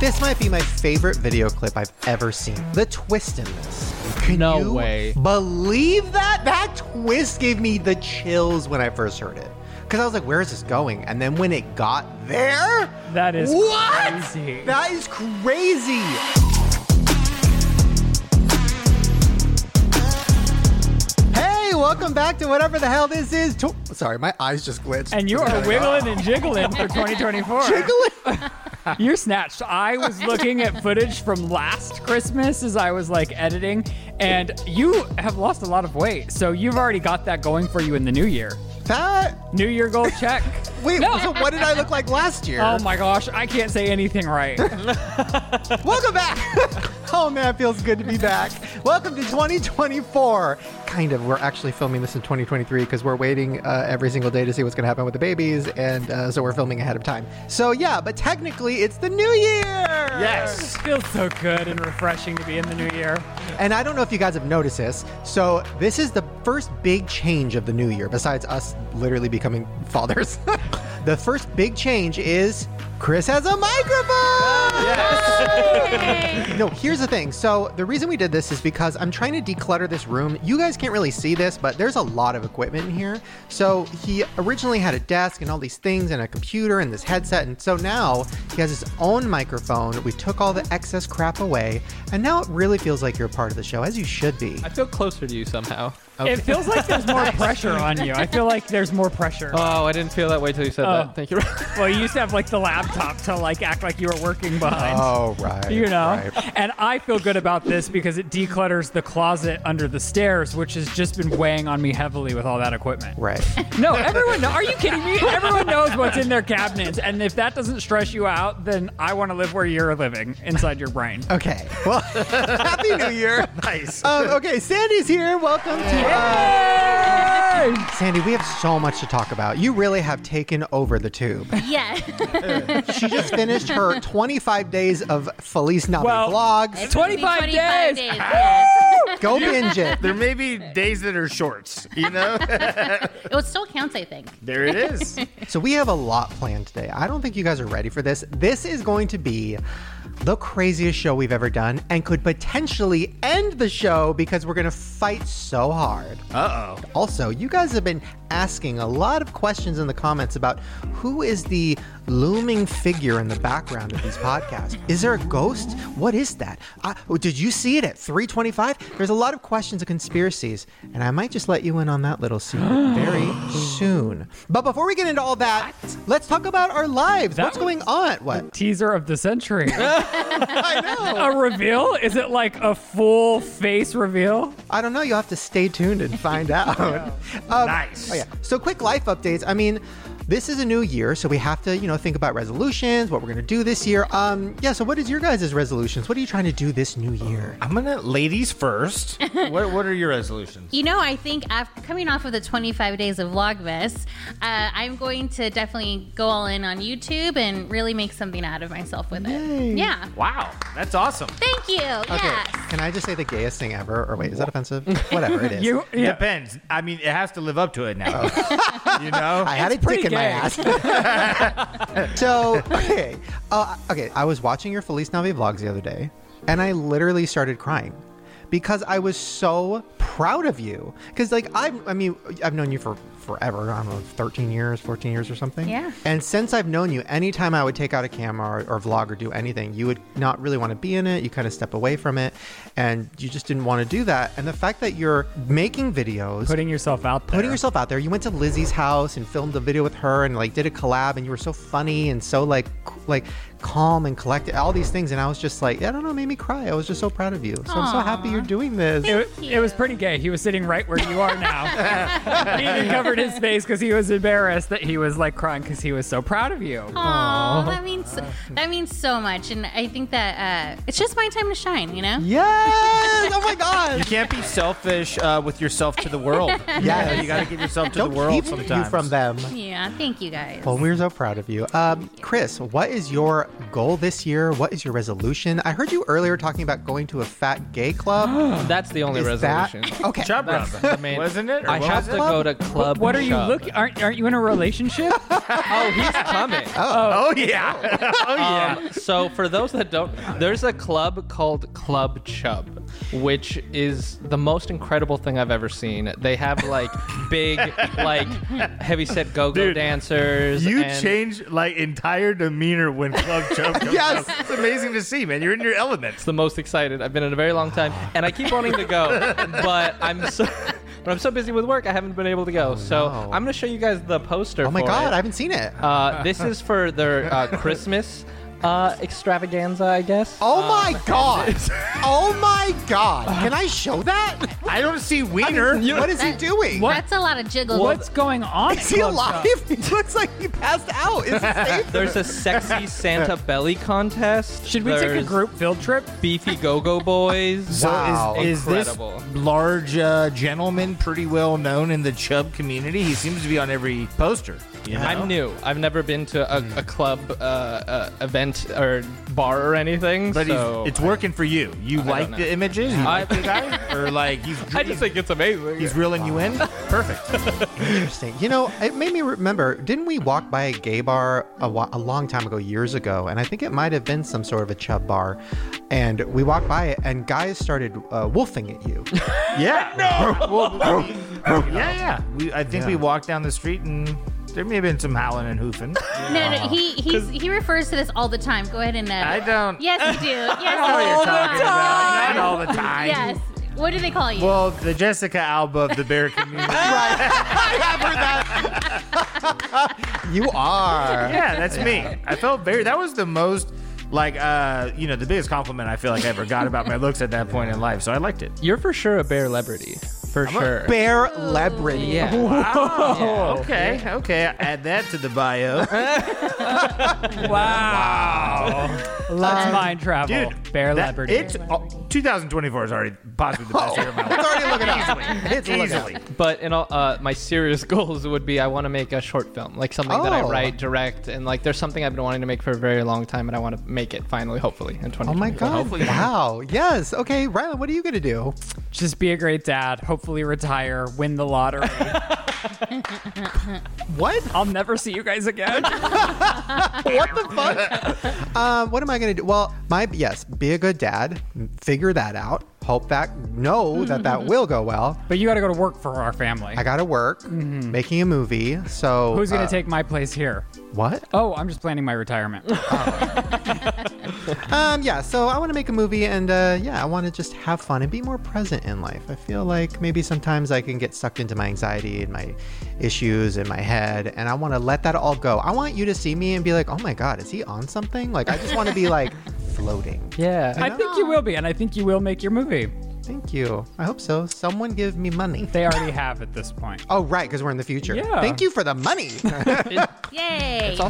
This might be my favorite video clip I've ever seen. The twist in this. Can No you way. Believe that? That twist gave me the chills when I first heard it. Because I was like, where is this going? And then when it got there, That is what? crazy. That is crazy. Hey, welcome back to whatever the hell this is. To- Sorry, my eyes just glitched. And you are wiggling and jiggling for 2024. Jiggling. You're snatched. I was looking at footage from last Christmas as I was like editing, and you have lost a lot of weight. So you've already got that going for you in the new year. That. New year goal check. Wait, so what did I look like last year? Oh my gosh, I can't say anything right. Welcome back. oh man, it feels good to be back. Welcome to 2024. Kind of. We're actually filming this in 2023 because we're waiting uh, every single day to see what's going to happen with the babies, and uh, so we're filming ahead of time. So yeah, but technically it's the new year. It feels so good and refreshing to be in the new year. And I don't know if you guys have noticed this. So this is the first big change of the new year, besides us literally becoming fathers. the first big change is Chris has a microphone. no, here's the thing. So the reason we did this is because I'm trying to declutter this room. You guys can't really see this, but there's a lot of equipment in here. So he originally had a desk and all these things and a computer and this headset, and so now he has his own microphone. We took all the excess crap away, and now it really feels like you're a part of the show, as you should be. I feel closer to you somehow. It feels like there's more pressure on you. I feel like there's more pressure. Uh, Oh, I didn't feel that way till you said Oh. that. Thank you. Well, you used to have like the laptop to like act like you were working behind. Oh right, you know right. and i feel good about this because it declutters the closet under the stairs which has just been weighing on me heavily with all that equipment right. no everyone kno- are you kidding me everyone knows what's in their cabinets and if that doesn't stress you out then i want to live where you're living inside your brain Okay. Well, happy New Year. nice Um, okay, Sandy's here. Welcome to. Uh, Sandy, we have so much to talk about. You really have taken over the tube. Yeah. She just finished her 25 days of Feliz Navi Well- vlogs. 25 25 days. days. yes. Go binge it. There may be days that are shorts, you know? It still counts, I think. there it is. So we have a lot planned today. I don't think you guys are ready for this. This is going to be the craziest show we've ever done and could potentially end the show because we're going to fight so hard. Uh oh. Also, you guys have been asking a lot of questions in the comments about who is the looming figure in the background of these podcasts. Is there a ghost? What is that? I, oh, did you see it at 325? There's a lot of questions and conspiracies, and I might just let you in on that little secret very soon. But before we get into all that, let's talk about our lives. What's going on? What? teaser of the century I know. a reveal is it like a full face reveal I don't know. You'll have to stay tuned and find out. Um, Nice. Oh yeah. So quick life updates. I mean, this is a new year, so we have to, you know, think about resolutions, what we're gonna do this year. Um, yeah. So what is your guys' resolutions? What are you trying to do this new year? I'm gonna ladies first. what what are your resolutions? You know, I think after coming off of the 25 days of Vlogmas, uh, I'm going to definitely go all in on YouTube and really make something out of myself with it. Yeah. Wow, that's awesome. Thank you. Yes. Can I just say the gayest thing ever? Or wait, is that offensive? Whatever it is. you yeah. Depends. I mean, it has to live up to it now. you know? I had a dick pretty in my gay. ass. so okay, uh, okay. I was watching your Feliz Navi vlogs the other day, and I literally started crying because I was so proud of you. Because like I, I mean, I've known you for forever. I don't know, thirteen years, fourteen years, or something. Yeah. And since I've known you, anytime I would take out a camera or, or vlog or do anything, you would not really want to be in it. You kind of step away from it, and you just didn't want to do that. And the fact that you're making videos, putting yourself out there putting yourself out there. You went to Lizzie's house and filmed a video with her and like did a collab and you were so funny and so like c- like calm and collected all these things and I was just like, I don't know, it made me cry. I was just so proud of you. So I'm so happy you're doing this. It, it was pretty gay. He was sitting right where you are now. he even covered his face because he was embarrassed that he was like crying because he was so proud of you. Aw, that means that means so much, and I think that uh, it's just my time to shine. You know, yes! Oh my You gosh. can't be selfish uh, with yourself to the world. Yes. You, know, you gotta give yourself to Don't the world keep sometimes. you from them. yeah. Thank you guys. Well, we're so proud of you. Um, Chris, what is your goal this year? What is your resolution? I heard you earlier talking about going to a fat gay club. That's the only Is that- resolution. Okay. Chub rub, That's the main- wasn't it? Or I what have was to it? go to club. What are you Chub. looking? Aren't aren't you in a relationship? Oh, he's coming. Oh yeah. oh yeah. Um, so for those that don't, there's a club called Club Chub, which is the most incredible thing I've ever seen. They have like big, like heavy set go-go Dude, dancers. You and- change like entire demeanor when Club Chub comes Yes. up. It's amazing to see, man. You're in your element. It's the most excited I've been in a very long time, and I keep wanting to go, but I'm so. But I'm so busy with work, I haven't been able to go. so Oh, no. I'm going to show you guys the poster. Oh my for god, it. I haven't seen it. Uh, this is for their uh, Christmas uh, extravaganza, I guess. Uh, oh my god. oh my god. Can I show that? I don't see wiener. what is he doing? That's a lot of jiggle. What's going on? Is he Club alive? Chub? He looks like he passed out. Is he safe? There's a sexy Santa belly contest. Should we take a There's group field trip? Beefy Go Go Boys. So Wow. is, is this Incredible. large uh, gentleman pretty well known in the Chubb community? He seems to be on every poster. You know? I'm new. I've never been to a, a club uh, uh, event or bar or anything. But he's- so it's working for you. You like know. the images? You like the guy? Or like he's I just think it's amazing. he's reeling you in? Perfect. Interesting. You know, it made me remember. Didn't we walk by a gay bar a, wa- a long time ago, years ago? And I think it might have been some sort of a chub bar. And we walked by it, and guys started uh, wolfing at you. Yeah. no. yeah, yeah. We, I think we Yeah. walked down the street and there may have been some howling and hoofing. No, no, no, he he's, he refers to this all the time. Go ahead and. Uh, I don't- Yes, you do. Yes, All you you're do. talking about. Not all the time. Yes. What do they call you? Well, the Jessica Alba of the bear community. you are. yeah, that's me. I felt very. That was the most, like, uh, you know, the biggest compliment I feel like I ever got about my looks at that point in life. So I liked it. You're for sure a bear celebrity. For sure. Bear lebrity. Yeah. Oh, okay, okay. Add that to the bio, Wow. That's mind travel. Oh. dude. Bear that- leopard. It's oh, 2024 is already possibly the best year of my life. It's already looking up. It's looking up. Easily. But in all, uh, my serious goals would be I want to make a short film, like something that I Oh. write, direct, and like there's something I've been wanting to make for a very long time, and I want to make it finally, hopefully, in 2020. Oh my god. Wow. Yes. Okay, Rylan, what are you going to do? Just be a great dad. Hopefully retire. Win the lottery. What? I'll never see you guys again. what the fuck? um, what am I gonna do? Well, my yes, be a good dad. Figure that out. Hope that know that that will go well. but you got to go to work for our family. I gotta work, making a movie. So Mm-hmm. Who's gonna uh, take my place here? what? Oh, I'm just planning my retirement. Um, yeah. So I want to make a movie, and uh, yeah, I want to just have fun and be more present in life. I feel like maybe sometimes I can get sucked into my anxiety and my issues in my head, and I want to let that all go. I want you to see me and be like, oh my god, is he on something? Like I just want to be like floating. Yeah. I think Oh. you will be, and I think you will make your movie. Thank you. I hope so. Someone give me money. They already have at this point. Oh, right, because we're in the future. Yeah. Thank you for the money. Yay.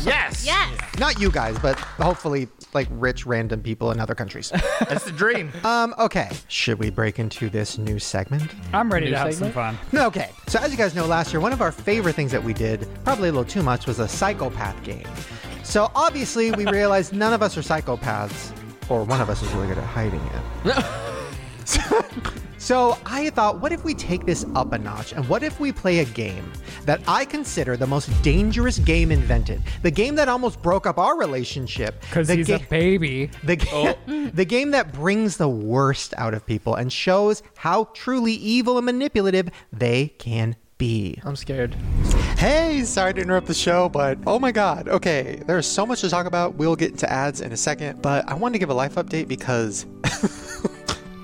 Yes. yes. Not you guys, but hopefully, like rich, random people in other countries. That's the dream. um, okay. Should we break into this new segment? I'm ready New to have segment? some fun. Okay. So, as you guys know, last year, one of our favorite things that we did, probably a little too much, was a psychopath game. So, obviously, we realized none of us are psychopaths, or one of us is really good at hiding it. so, I thought, what if we take this up a notch? And what if we play a game that I consider the most dangerous game invented? The game that almost broke up our relationship. Because The he's a ga- baby. the, ga- the game that brings the worst out of people and shows how truly evil and manipulative they can be. I'm scared. Hey, sorry to interrupt the show, but oh my god, okay, there's so much to talk about. We'll get into ads in a second, but I wanted to give a life update because.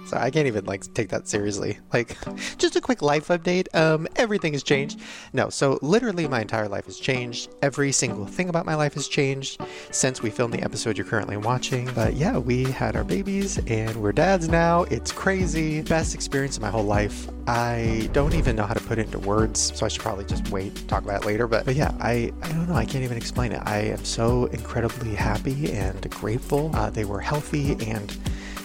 Sorry, I can't even like take that seriously. Like, just a quick life update. Um, everything has changed. No, so literally my entire life has changed. Every single thing about my life has changed since we filmed the episode you're currently watching. But yeah, we had our babies and we're dads now. It's crazy. Best experience of my whole life. I don't even know how to put it into words, so I should probably just wait, talk about it later. But, but yeah, I, I don't know. I can't even explain it. I am so incredibly happy and grateful. Uh, they were healthy and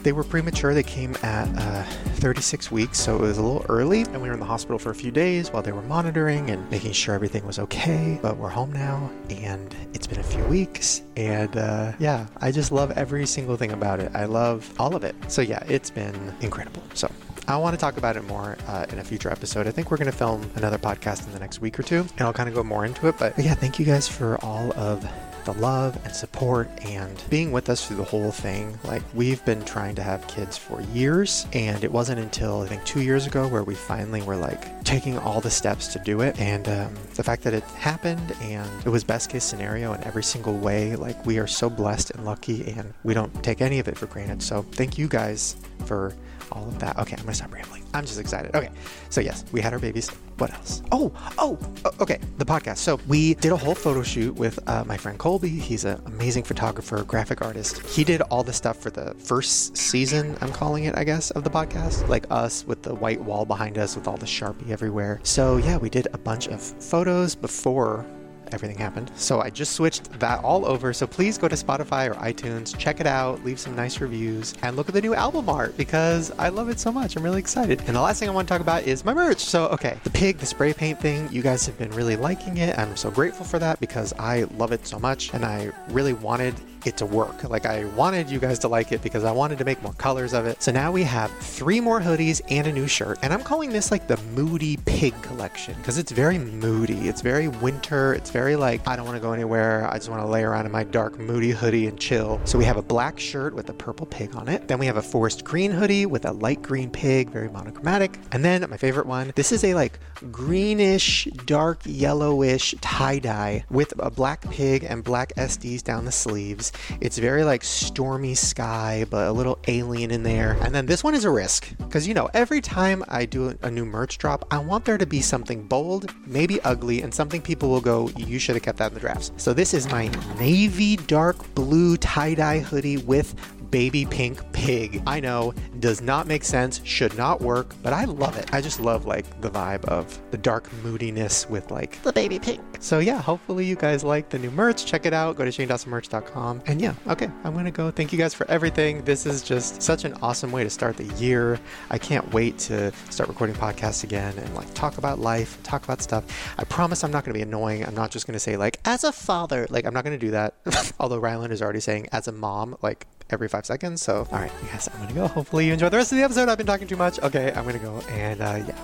they were premature. They came at uh, 36 weeks, so it was a little early. And we were in the hospital for a few days while they were monitoring and making sure everything was okay. But we're home now, and it's been a few weeks. And uh, yeah, I just love every single thing about it. I love all of it. So yeah, it's been incredible. So I want to talk about it more uh, in a future episode. I think we're going to film another podcast in the next week or two, and I'll kind of go more into it. But but yeah, thank you guys for all of the love and support and being with us through the whole thing. Like, we've been trying to have kids for years, and it wasn't until I think two years ago where we finally were like taking all the steps to do it. And um, the fact that it happened and it was best case scenario in every single way, like, we are so blessed and lucky, and we don't take any of it for granted. So, thank you guys for all of that. Okay, I'm gonna stop rambling. I'm just excited. Okay, so yes, we had our babies. What else? Oh, oh, o- okay, the podcast. So we did a whole photo shoot with uh, my friend Colby. He's an amazing photographer, graphic artist. He did all the stuff for the first season, I'm calling it, I guess, of the podcast, like us with the white wall behind us with all the Sharpie everywhere. So yeah, we did a bunch of photos before everything happened. So I just switched that all over. So please go to Spotify or iTunes, check it out, leave some nice reviews, and look at the new album art because I love it so much. I'm really excited. And the last thing I want to talk about is my merch. So, okay, the pig, the spray paint thing, you guys have been really liking it. I'm so grateful for that because I love it so much and I really wanted it to work. Like, I wanted you guys to like it because I wanted to make more colors of it. So now we have three more hoodies and a new shirt. And I'm calling this like the Moody Pig collection because it's very moody. It's very winter. It's very like, I don't want to go anywhere. I just want to lay around in my dark, moody hoodie and chill. So we have a black shirt with a purple pig on it. Then we have a forest green hoodie with a light green pig, very monochromatic. And then my favorite one this is a like greenish, dark yellowish tie dye with a black pig and black SDs down the sleeves. It's very like stormy sky, but a little alien in there. And then this one is a risk because you know, every time I do a new merch drop, I want there to be something bold, maybe ugly, and something people will go, you should have kept that in the drafts. So this is my navy dark blue tie dye hoodie with baby pink pig. I know, does not make sense, should not work, but I love it. I just love like the vibe of the dark moodiness with like the baby pink. So yeah, hopefully you guys like the new merch. Check it out. Go to ShaneDawsonMerch.com. And yeah, okay, I'm gonna go. Thank you guys for everything. This is just such an awesome way to start the year. I can't wait to start recording podcasts again and like talk about life, talk about stuff. I promise I'm not gonna be annoying. I'm not just gonna say like as a father. Like I'm not gonna do that. Although Ryland is already saying as a mom, like every five seconds. So, all right, you guys, I'm gonna go. Hopefully, you enjoy the rest of the episode. I've been talking too much. Okay, I'm gonna go, and uh, yeah,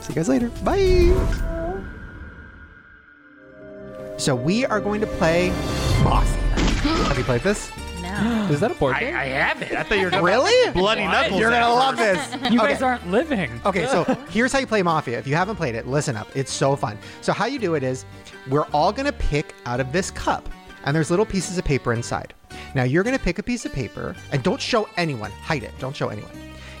see you guys later. Bye. So we are going to play Mafia. Have you played this? No. Is that a board I, game? I have it. I thought you were talking Really? about bloody knuckles. You're at gonna first. love this. You Okay. Oh. guys aren't living. Okay, so here's how you play Mafia. If you haven't played it, listen up. It's so fun. So how you do it is we're all going to pick out of this cup and there's little pieces of paper inside. Now you're going to pick a piece of paper and don't show anyone. Hide it. Don't show anyone.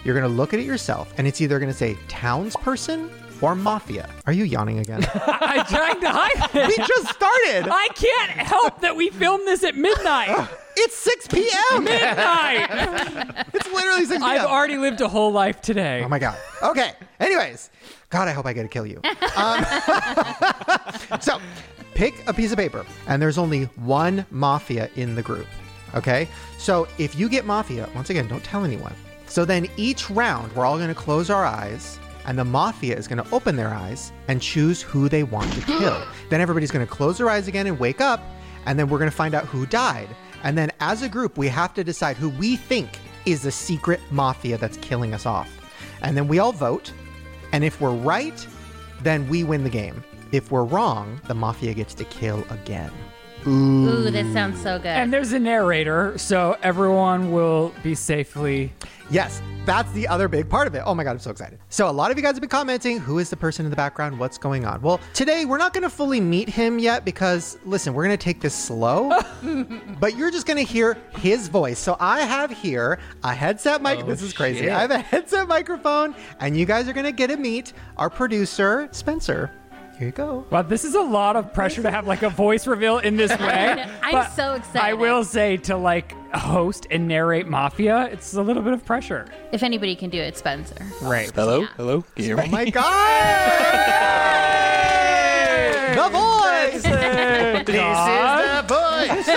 You're going to look at it yourself and it's either going to say townsperson or mafia. Are you yawning again? I'm trying to hide we it. just started. I can't help that we filmed this at midnight. It's 6 p.m. Midnight. It's literally 6 p.m. I've already lived a whole life today. Oh my god. Okay. Anyways, God, I hope I get to kill you. Um, so, pick a piece of paper, and there's only one mafia in the group. Okay. So if you get mafia, once again, don't tell anyone. So then each round, we're all going to close our eyes, and the mafia is going to open their eyes and choose who they want to kill. then everybody's going to close their eyes again and wake up, and then we're going to find out who died. And then as a group, we have to decide who we think is the secret mafia that's killing us off. And then we all vote. And if we're right, then we win the game. If we're wrong, the mafia gets to kill again. Ooh, that sounds so good. And there's a narrator, so everyone will be safely. Yes, that's the other big part of it. Oh my God, I'm so excited. So, a lot of you guys have been commenting who is the person in the background? What's going on? Well, today we're not going to fully meet him yet because, listen, we're going to take this slow, but you're just going to hear his voice. So, I have here a headset mic. this is crazy. shit. I have a headset microphone, and you guys are going to get to meet our producer, Spencer. Here you go. Wow, this is a lot of pressure to have like a voice reveal in this way. I'm but so excited. I will say to like host and narrate Mafia, it's a little bit of pressure. if anybody can do it, Spencer. Right. Hello? Hello? Can you hear Oh me? my God! the voice! This is the voice.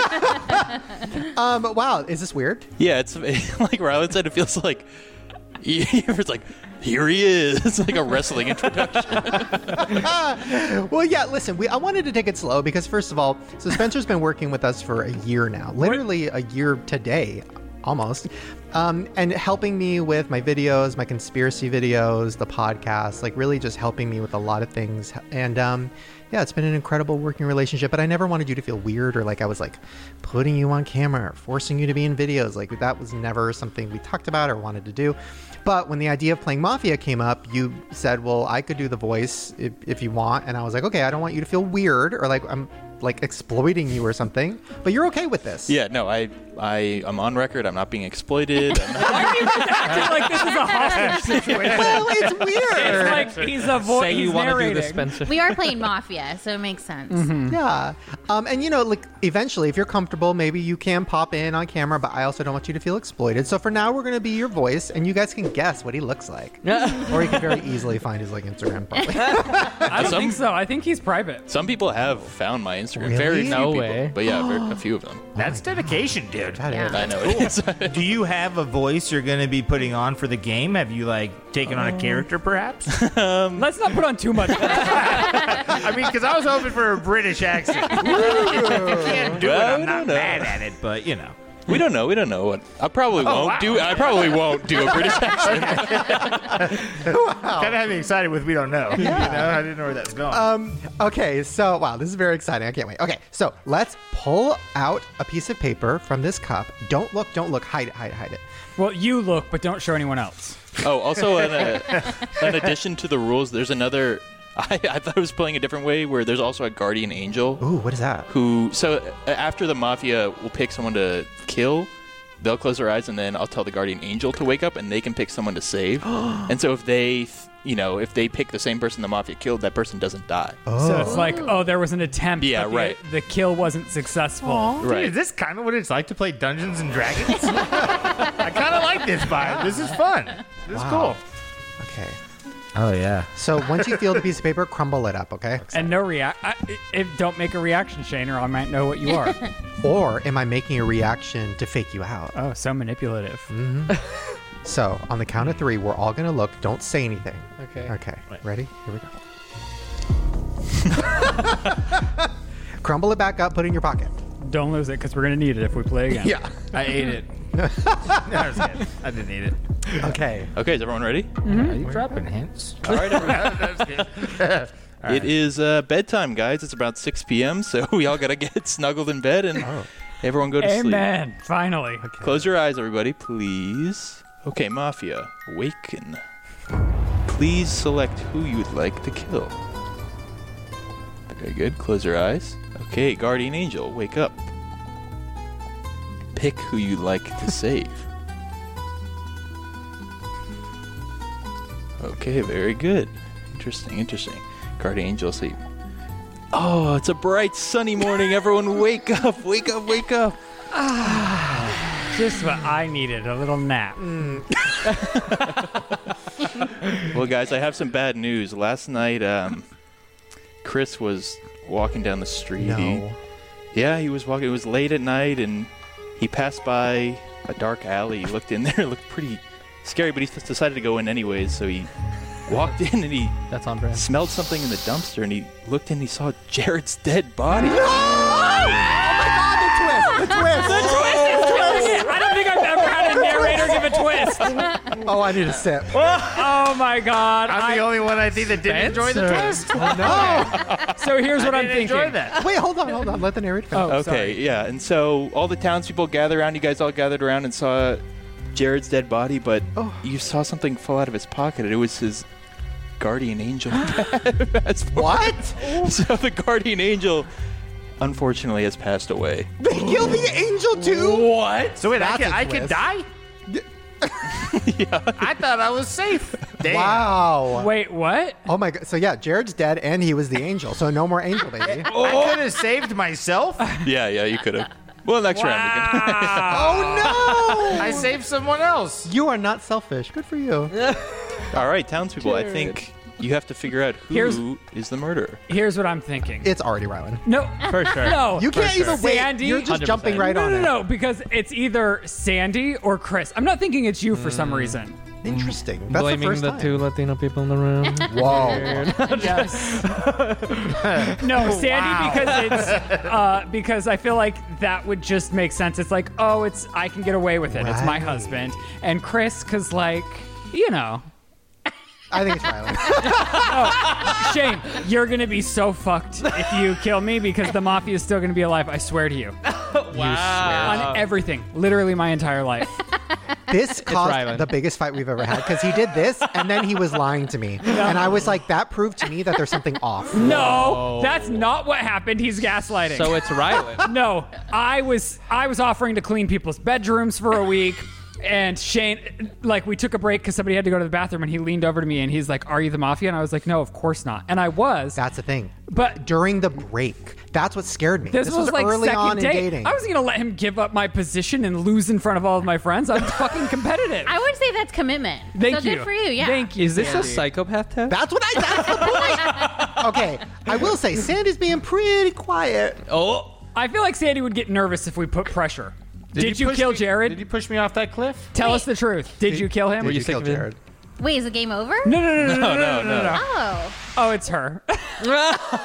Um, wow, is this weird? Yeah, it's like Rylan said, it feels like it's like, here he is. It's like a wrestling introduction. Well, yeah, listen, we, I wanted to take it slow because, first of all, so Spencer's been working with us for a year now, literally a year today. almost, um, and helping me with my videos, my conspiracy videos, the podcast, like really just helping me with a lot of things. And um, yeah, it's been an incredible working relationship, but I never wanted you to feel weird or like I was like putting you on camera or forcing you to be in videos. Like that was never something we talked about or wanted to do. But when the idea of playing Mafia came up, you said, "Well, I could do the voice if, if you want," and I was like, "Okay, I don't want you to feel weird or like I'm like exploiting you or something." But you're okay with this. Yeah, no, I, I, I'm on record. I'm not being exploited. I'm not, Acting like this is a hostage situation. Well, it's It's weird. like he's a voice. Say you want to do this, Spencer. We are playing Mafia, so it makes sense. Mm-hmm. yeah. Um, and you know, like eventually, if you're comfortable, maybe you can pop in on camera. But I also don't want you to feel exploited. So for now, we're gonna be your voice, and you guys can guess what he looks like, or you can very easily find his like Instagram. Probably. I don't Some- think so. I think he's private. some people have found my Instagram. Really? Very few No people, way. but yeah, very, a few of them. That's dedication, dude. That Yeah. is- I know it is. Do you have a voice you're going to be putting on for the game? Have you like taken on a character, perhaps? Let's not put on too much. I mean, because I was hoping for a British accent. If you can't do it. Well, I'm I not don't know. mad at it, but you know. we don't know. We don't know what. I probably won't wow. do. I probably won't do a British accent. Kind of Oh. had me excited with we don't know. You know, I didn't know where that's going. Um, okay, so wow, this is very exciting. I can't wait. Okay, so let's pull out a piece of paper from this cup. Don't look, don't look. Hide it, hide it, hide it. well, you look, but don't show anyone else. Oh, also, in, uh in addition to the rules, there's another. I, I thought I was playing a different way where there's also a guardian angel Ooh, what is that? who. So uh, after the mafia will pick someone to kill, they'll close their eyes and then I'll tell the guardian angel to wake up and they can pick someone to save. and so if they, you know, if they pick the same person the mafia killed, that person doesn't die. So it's like, oh, there was an attempt. Yeah, but the- right. The, kill wasn't successful. Dude, is this kind of what it's like to play Dungeons and Dragons? I kind of like this vibe. This is fun. This Wow. is cool. Okay. Oh yeah. So once you feel the piece of paper, crumble it up, okay? And no react. If don't make a reaction, Shane, or I might know what you are. Or am I making a reaction to fake you out? oh, so manipulative. So on the count of three, we're all gonna look. Don't say anything. Okay. Okay. Ready? Here we go. crumble it back up. Put it in your pocket. Don't lose it because we're gonna need it if we play again. Yeah. I ate it. No, I was kidding. I didn't eat it. Okay. Okay, is everyone ready? Are you dropping hints? All right, It is uh, bedtime, guys. It's about 6 p.m., so we all got to get snuggled in bed and everyone go to sleep. Amen. Finally. Close your eyes, everybody, please. Okay, Mafia, waken. Please select who you'd like to kill. Very good. Close your eyes. Okay, Guardian Angel, wake up. Pick who you'd like to save. Okay, very good. Interesting, interesting. Guardian Angel, sleep. Oh, it's a bright, sunny morning. Everyone, wake up, wake up, wake up. Just what I needed. A little nap. Well, guys, I have some bad news. Last night, um, Chris was walking down the street. No. He- yeah, he was walking. It was late at night, and he passed by a dark alley. He looked in there. It looked pretty scary, but he s- decided to go in anyways. So he walked in and he That's on brand. smelled something in the dumpster, and he looked in. and He saw Jared's dead body. I don't think I've ever had a narrator give a twist. Oh, I need a sip. Oh my god. I'm the only one I think that didn't enjoy the twist. Oh. so here's what I I'm didn't thinking. enjoy that. Wait, hold on, hold on. Let the narrator finish. Oh, Okay, sorry. yeah. And so all the townspeople gathered around. You guys all gathered around and saw Jared's dead body, but Oh. you saw something fall out of his pocket. and It was his guardian angel. As for- What? so the guardian angel, unfortunately, has passed away. They killed the angel too? What? So wait, I That's can, a I can twist. die? I thought I was safe. Damn. Wow. Wait, what? Oh my god. So yeah, Jared's dead and he was the angel. So no more angel baby. I could have saved myself. Yeah, yeah. You could have. Well, next round. You can- Uh, oh I saved someone else. no. You are not selfish. Good for you. all right, townspeople. I think you have to figure out who is Here's- the murderer. Here's what I'm thinking. It's already Rylan. no. For sure. No. You can't even wait. Sandy? You're just 100%. jumping right No, on no, it. Mm. no, because it's either Sandy or Chris. I'm not thinking it's you for some reason. Interesting. That's blaming the first time. two Latino people in the room. Whoa. Yes. no, Oh, Sandy, because it's uh, because I feel like that would just make sense. It's like, oh, it's I can get away with it. It's my Right. husband, and Chris, because like you know, I think it's violent. Shane, you're gonna be so fucked if you kill me because the mafia is still gonna be alive. I swear to you, on everything, literally my entire life. this caused Rylan. the biggest fight we've ever had because he did this and then he was lying to me. And I was like, that proved to me that there's something off. No, that's not what happened. He's gaslighting. so it's Rylan. No, I was I was offering to clean people's bedrooms for a week. And Shane, like, we took a break because somebody had to go to the bathroom, and he leaned over to me and he's like, "Are you the mafia?" And I was like, "No, of course not." And I was, That's the thing. but During the break, that's what scared me. this, was, like early second on in date. dating. I was gonna let him give up my position and lose in front of all of my friends. I'm fucking competitive. I would say that's commitment. Thank so you. good for you. Yeah. Thank you. Is this a psychopath test? that's what I. That's the point. okay, I will say Sandy's being pretty quiet. oh, I feel like Sandy would get nervous if we put pressure. Did, you, push kill me- Jared? Did you push me off that cliff? Tell us the truth. Did, you kill him? Did you, sick kill of it? Jared? Wait, is the game over? no, no, no, no, no, no, no, no. Oh. Oh, it's her. Oh.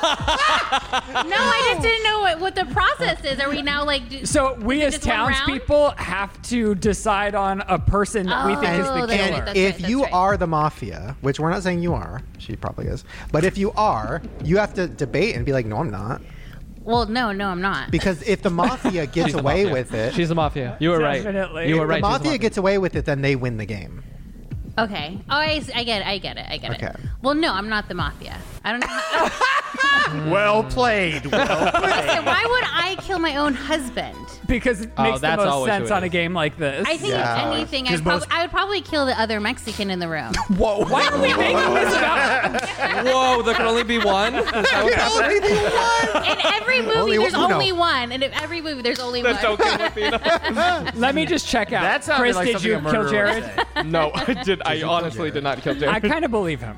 No, I just didn't know what, what the process is. Are we now like. do- So we as Is it just one round? townspeople have to decide on a person that we think is Oh, the that's killer. right, that's if right, you that's right. are the mafia, which we're not saying you are, she probably is, but if you are, you have to debate and be like, no, I'm not. Well, no, no, I'm not. Because if the mafia gets the away mafia. with it, She's the mafia. You were right. Definitely. You if were the right. she's mafia gets away with it, then they win the game. Okay. Oh, I, s- I get it. I get it. I get it. Okay. Well, no, I'm not the mafia. I don't know. How, Well played. Well Listen, why would I kill my own husband? because it Oh, makes the that's most always who sense it on a is. game like this. I think Yeah. if anything, I'd Because prob- most- I would probably kill the other Mexican in the room. Whoa! Why are we making this about? Whoa, there can only be one. Is that what happened? In every movie, Only there's uno. only one, and in every movie, there's only one. Let me just check out. That sounded Chris, like did something you a kill murderer Jared? would say. No, I did. I honestly did not kill I Jared. kind of believe him.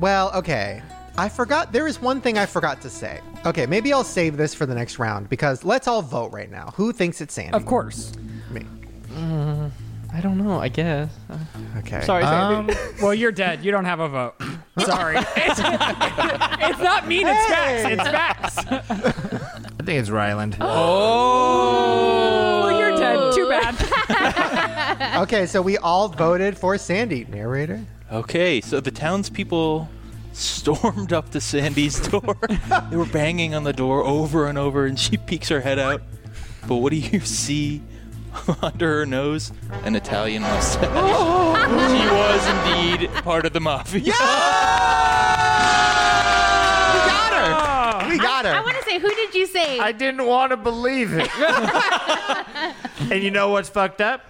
Well, okay. I forgot. There is one thing I forgot to say. Okay, maybe I'll save this for the next round because let's all vote right now. Who thinks it's Sandy? Of course. Me. I don't know. I guess. Okay. Sorry, Um, Well, you're dead. You don't have a vote. Sorry. it's, it's not mean. It's facts. It's facts. I think it's Ryland. Well, you're dead. Too bad. Um, Okay, so we all voted for Sandy. Narrator? Okay, so the townspeople stormed up to Sandy's door. they were banging on the door over and over, and she peeks her head out. But what do you see under her nose? An Italian mustache. she was indeed part of the mafia. We got her. I want to say, who did you say? I didn't want to believe it. and you know what's fucked up?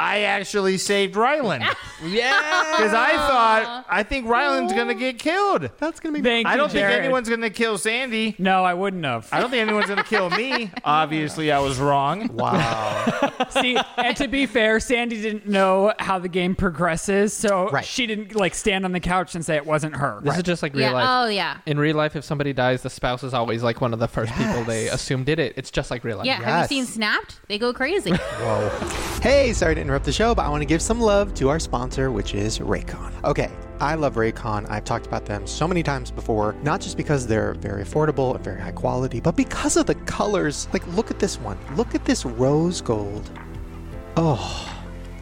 I actually saved Ryland Yeah. because I thought I think Ryland's gonna get killed. That's going to be. Thank I you, don't think Jared. anyone's gonna kill Sandy. No, I wouldn't have. I don't think anyone's gonna kill me. Obviously, I was wrong. Wow. See, and to be fair, Sandy didn't know how the game progresses, so Right. she didn't like stand on the couch and say it wasn't her. This is just like real yeah. life. Oh, yeah. In real life, if somebody dies, the spouse is always like one of the first people they Yes. assume did it. It's just like real life. Yeah. Have you Yes. seen Snapped? They go crazy. Whoa. Hey, sorry to interrupt the show, but I want to give some love to our sponsor, which is Raycon. Okay, I love Raycon. I've talked about them so many times before, not just because they're very affordable and very high quality, but because of the colors. Like, look at this one. Look at this rose gold. Oh,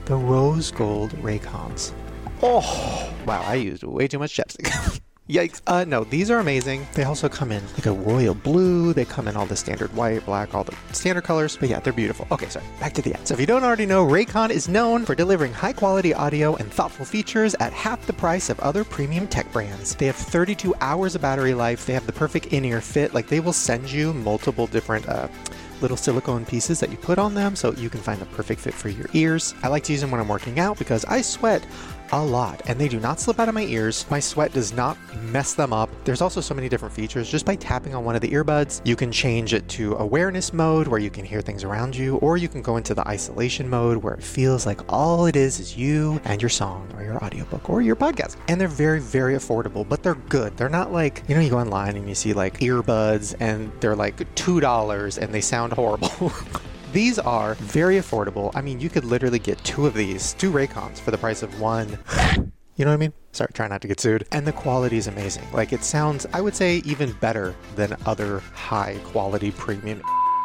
the rose gold Raycons. Oh, wow, I used way too much chapstick. Yikes. Uh, no, these are amazing. They also come in like a royal blue. They come in all the standard white, black, all the standard colors. But yeah, they're beautiful. Okay, sorry. Back to the ad. So if you don't already know, Raycon is known for delivering high quality audio and thoughtful features at half the price of other premium tech brands. They have 32 hours of battery life. They have the perfect in ear fit. Like they will send you multiple different, uh, little silicone pieces that you put on them so you can find the perfect fit for your ears. I like to use them when I'm working out because I sweat a lot and they do not slip out of my ears. My sweat does not mess them up. There's also so many different features. Just by tapping on one of the earbuds, you can change it to awareness mode where you can hear things around you, or you can go into the isolation mode where it feels like all it is is you and your song or your audiobook or your podcast. And they're very, very affordable, but they're good. They're not like, you know, you go online and you see like earbuds and they're like $2 and they sound horrible. These are very affordable. I mean, you could literally get two of these, two Raycons, for the price of one. You know what I mean? Sorry, try not to get sued. And the quality is amazing. Like, it sounds, I would say, even better than other high quality premium.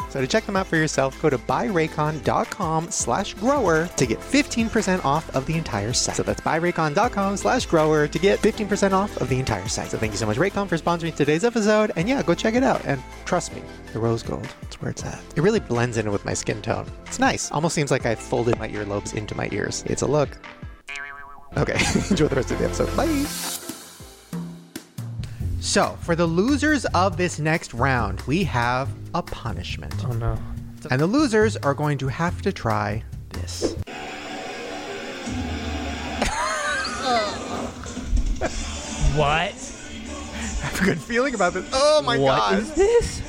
So to check them out for yourself, go to buyraycon.com slash grower to get 15% off of the entire site. So that's buyraycon.com slash grower to get 15% off of the entire site. So thank you so much, Raycon, for sponsoring today's episode. And yeah, go check it out. And trust me, the rose gold, it's where it's at. It really blends in with my skin tone. It's nice. Almost seems like I folded my earlobes into my ears. It's a look. Okay, enjoy the rest of the episode. Bye. So, for the losers of this next round, we have a punishment. Oh no. And the losers are going to have to try this. What? I have a good feeling about this. Oh my What god. is this?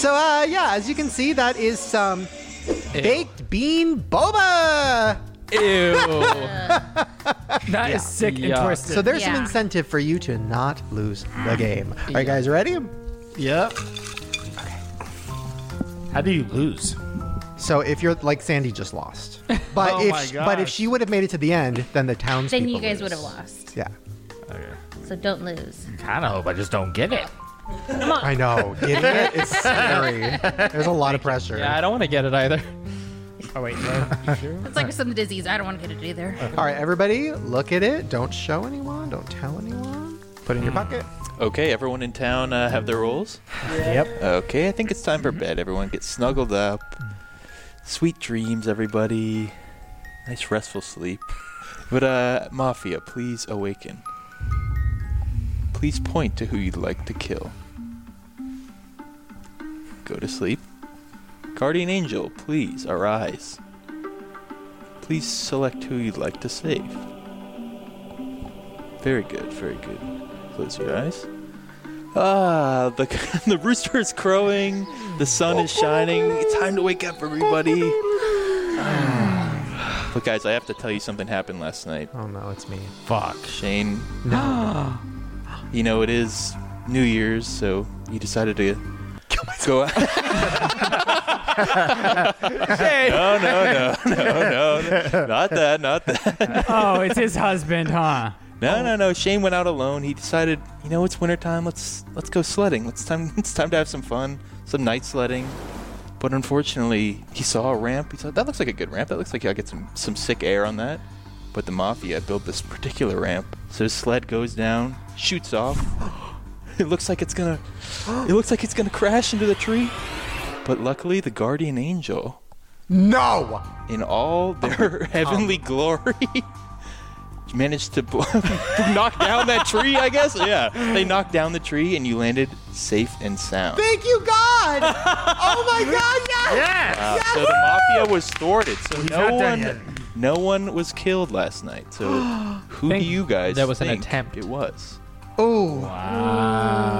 so uh yeah, as you can see, that is some baked bean boba. Ew. That is sick and Yuck. twisted. So there's some Yeah. incentive for you to not lose the game. Are you guys ready? Yep. How do you lose? So if you're like Sandy just lost. But Oh my if but if gosh. she would have made it to the end, then the townspeople Then you guys lose. would have lost. Yeah. So don't lose. Kind of hope I just don't get it. I know. Getting it is scary. There's a lot of pressure. Yeah, I don't want to get it either. oh wait, no. It's like some disease. I don't want to get it either. All right, everybody, look at it. Don't show anyone. Don't tell anyone. Put it in your pocket. Okay, everyone in town uh, have their roles? Yep. Okay, I think it's time for bed. Everyone get snuggled up. Sweet dreams, everybody. Nice restful sleep. But, uh, Mafia, please awaken. Please point to who you'd like to kill. Go to sleep. Guardian Angel, please arise. Please select who you'd like to save. Very good, very good. Close your eyes. Ah, the the rooster is crowing. The sun is shining. It's time to wake up, everybody. Ah. Look, guys, I have to tell you something happened last night. Oh no, it's me. Fuck. Shane, you know it is New Year's, so you decided to go out. no, no, no, no, no, not that, not that. oh, it's his husband, huh? No, no, no. Shane went out alone. He decided, you know, it's wintertime. Let's let's go sledding. Let's time it's time to have some fun, some night sledding. But unfortunately, he saw a ramp. He thought that looks like a good ramp. That looks like I get some some sick air on that. But the mafia built this particular ramp, so his sled goes down, shoots off. It looks like it's gonna, it looks like it's gonna crash into the tree. But luckily, the guardian angel No. in all their Um, heavenly glory managed to bl- knock down that tree i guess yeah they knocked down the tree and you landed safe and sound Thank you, God. oh my God, yes. Yeah. Uh, so the mafia was thwarted so no not done one no one was killed last night so who Think do you guys there was an think attempt. it was Ooh.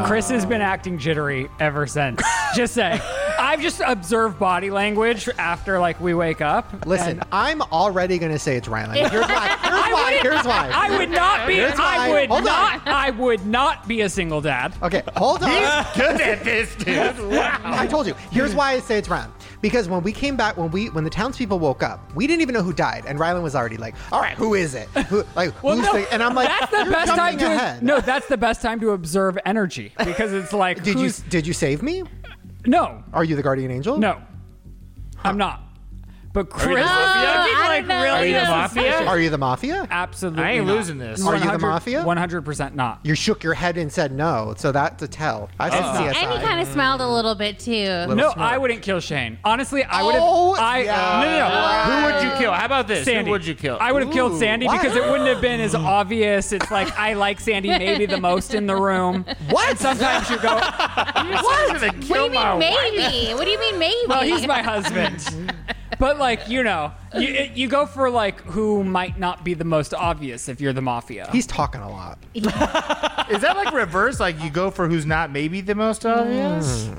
Chris has been acting jittery ever since. just saying. I've just observed body language after like we wake up. Listen, I'm already gonna say it's Rylan. Here's why. Here's why. Here's why. I would not be. Here's I mine. would Hold on. not. I would not be a single dad. Okay, hold on. Good at this, dude. I told you. Here's why I say it's Rylan. Because when we came back, when we when the townspeople woke up, we didn't even know who died, and Rylan was already like, "All right, who is it? Who like who's no, the?" And I'm like, that's the "You're best time jumping to ahead." no. That's the best time to observe energy because it's like Did you who's, did you save me? no Are you the guardian angel? no, I'm not. But Chris, the mafia? looking Oh, I like don't know. really Are you the suspicious. mafia? Are you the mafia? Absolutely, I ain't not. losing this. Are you the 100 mafia? 100 percent not. You shook your head and said no, so that's a tell. I said not. CSI. And he kind of smiled a little bit too. No, I wouldn't kill Shane. Honestly, I would have. Oh, I yeah. no, no, no. Who would you kill? How about this? Sandy. Who would you kill? I would have killed Ooh, Sandy why? because it wouldn't have been as obvious. It's like I like Sandy maybe the most in the room. What? And sometimes you go, what? Gonna What do kill you my mean maybe? What do you mean maybe? "Well, he's my husband." But like you know, you, it- you go for like who might not be the most obvious if you're the mafia. He's talking a lot. Is that like reverse? Like you go for who's not maybe the most obvious?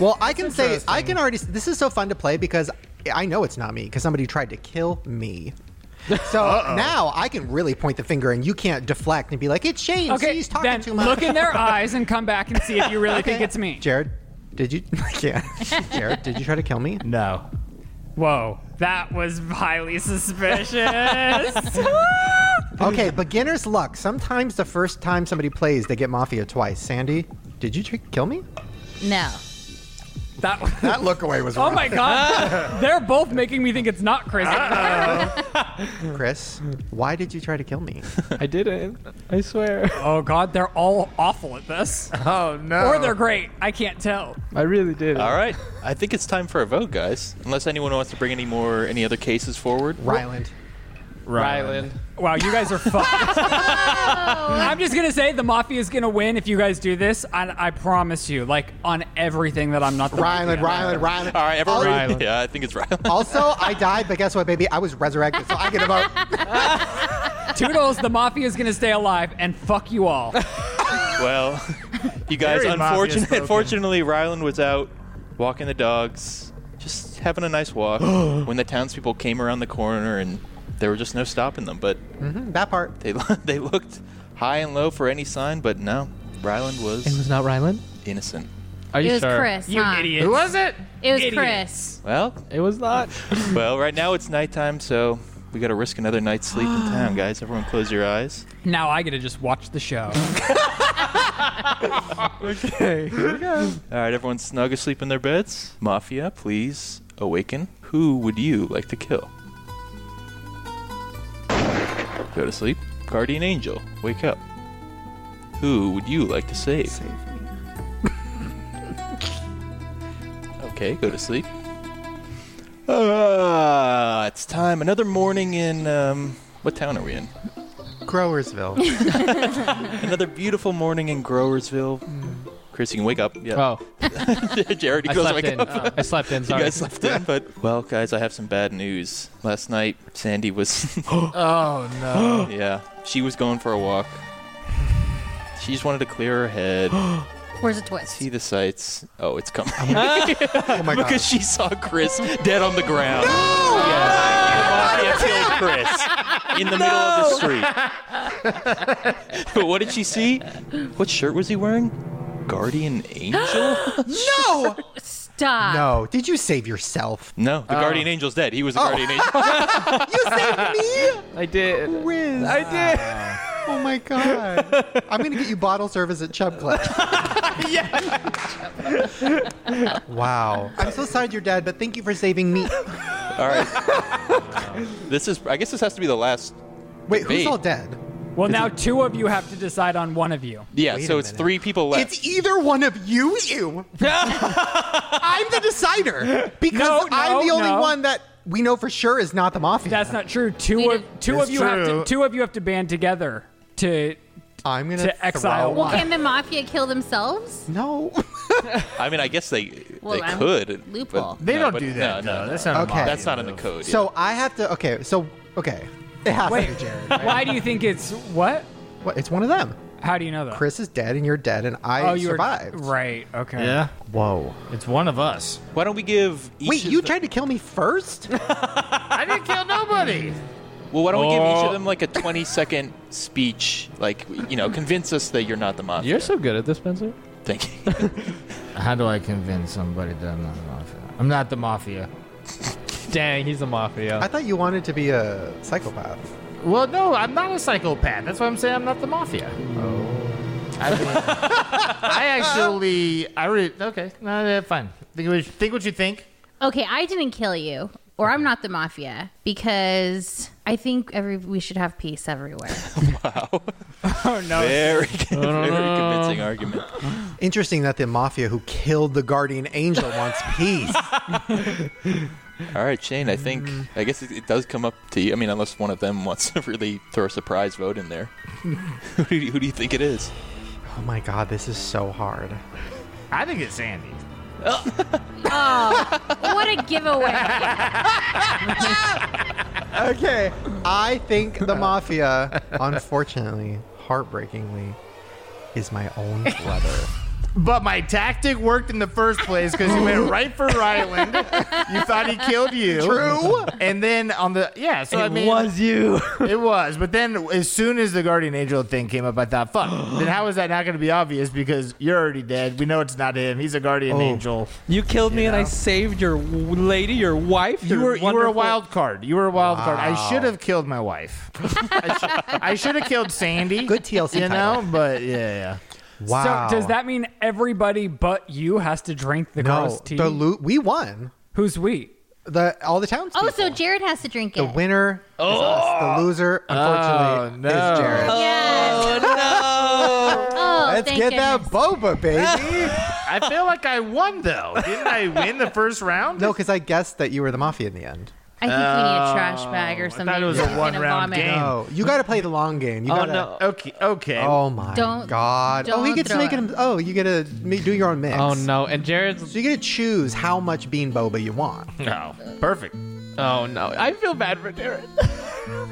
Well, I can say I can already. This is so fun to play because I know it's not me because somebody tried to kill me. So now I can really point the finger and you can't deflect and be like, "It's Shane. see, okay, he's talking then too much." look in their eyes and come back and see if you really think it's me. Jared. Did you? I can't. Jared, did you try to kill me? No. Whoa, that was highly suspicious. Okay, beginner's luck. Sometimes the first time somebody plays, they get Mafia twice. Sandy, did you try to kill me? No. that. That look away was Oh my god, they're both making me think it's not Chris. Chris, why did you try to kill me? I didn't. I swear. oh god, they're all awful at this, Oh no. or they're great. I can't tell. I really did. All right, I think it's time for a vote, guys. Unless anyone wants to bring any more, any other cases forward. Ryland. Ryland. Wow, you guys are fucked. I'm just gonna say the mafia is gonna win if you guys do this, and I promise you, like on everything that I'm not. The Ryland, mafia. Ryland, Ryland. All right, everyone. Al- Yeah, I think it's Ryland. Also, I died, but guess what, baby? I was resurrected, so I get a vote. Toodles, the mafia is gonna stay alive, and fuck you all. Well, you guys, Very mafia unfortunately, spoken. unfortunately, Ryland was out walking the dogs, just having a nice walk when the townspeople came around the corner, and there were just no stopping them. But that part. they they looked high and low for any sign, but no, Ryland was not Ryland. innocent. Are you It was sure? Chris. You huh? idiot. Who was it? It was Idiots. Chris. Well, It was not. well, right now it's nighttime, so we got to risk another night's sleep in town, guys. Everyone, close your eyes. Now I get to just watch the show. All right, everyone, snug asleep in their beds. Mafia, please awaken. Who would you like to kill? Go to sleep. Guardian angel, wake up. Who would you like to save? Save me. okay, go to sleep. Ah, it's time. Another morning in um, what town are we in? Growersville. Another beautiful morning in Growersville. Chris, you can wake up. Yeah. Oh, Jared, he I goes slept wake in. Uh, up. I slept in. Sorry. You guys left it, but well, guys, I have some bad news. Last night, Sandy was, Oh no. yeah, she was going for a walk. She just wanted to clear her head, Where's a twist? see the sights. Oh, it's coming Oh my god. because she saw Chris dead on the ground. Yes. Mafia killed Chris in the middle of the street. but what did she see? What shirt was he wearing? Guardian Angel? No! Stop. No. Did you save yourself? No, the Guardian Angel's dead. He was the Guardian Angel. You saved me! I did. Riz. I did. Oh my god. I'm gonna get you bottle service at Chubb Club. wow. I'm so sorry you're dead, but thank you for saving me. All right. this is. I guess this has to be the last. Wait, who's Me. all dead? well, now two of you have to decide on one of you. Yeah. Wait a so it's minute. three people left. It's either one of you, you. I'm the decider because No, no, I'm the only no. one that we know for sure is not the mafia. That's not true. Two We of did- two of It's you have to true. two of you have to band together to. I'm gonna to exile throw one. Well, can the mafia kill themselves? No. I mean, I guess they Well, they I'm- could. but- loophole. They no, don't but- do that. No, no, That's not. Okay. A that's not in the move. code. yeah. So I have to. Okay. So okay. It has Wait, to be Jared. Right? why do you think it's what? What, it's one of them. How do you know that? Chris is dead, and you're dead, and I you were- survived. Oh, right. Okay. Yeah. Whoa. It's one of us. why don't we give? Each Wait, of you the- tried to kill me first? I didn't kill nobody. Well, why don't we give each Oh. of them like a twenty second speech? Like you know, convince us that you're not the mafia. You're so good at this, Spencer. Thank you. How do I convince somebody that I'm not the mafia? I'm not the mafia. Dang, he's a mafia. I thought you wanted to be a psychopath. Well, no, I'm not a psychopath. That's why I'm saying I'm not the mafia. I, I actually, I re- okay, no, yeah, fine. Think what, you, think what you think. Okay, I didn't kill you, or I'm not the mafia because I think every we should have peace everywhere. Oh no. Very, very convincing argument. Interesting that the mafia who killed the guardian angel wants peace. All right, Shane. I think I guess it, it does come up to you. I mean, unless one of them wants to really throw a surprise vote in there. who, do you, who do you think it is? Oh my god, this is so hard. I think it's Sandy. what a giveaway! Okay. I think the mafia, unfortunately, heartbreakingly, is my own brother. But my tactic worked in the first place because you went right for Ryland. You thought he killed you. True. And then on the yeah, so I mean you. it was. But then as soon as the guardian angel thing came up, I thought, fuck. then how is that not going to be obvious? Because you're already dead. We know it's not him. He's a guardian angel. You killed me, and I saved your w- lady, your wife. You your were you were a wonderful- wild card. You were a wild card. I should have killed my wife. I, sh- I should have killed Sandy. Good TLC you title. know. But yeah, yeah. Wow. So does that mean everybody but you has to drink the no gross tea? the loot? We won Who's we? the all the townspeople. Oh, so Jared has to drink it. the winner is us. The loser, unfortunately, no. is Jared. Yes. No. Oh, Let's thank get goodness. that boba, baby. I feel like I won though. Didn't I win the first round? no, because I guessed that you were the mafia in the end. I think we need a trash bag I or thought something. it was He's a gonna one-round vomit. game. No, Oh, you got to play the long game. You Oh gotta, no. Okay. Okay. Oh my Don't- god. oh, he don't gets to throw make it. him. Oh, you get to do your own mix. Oh no. And Jared's. So you get to choose how much bean boba you want. No. Perfect. Oh no. I feel bad for Jared.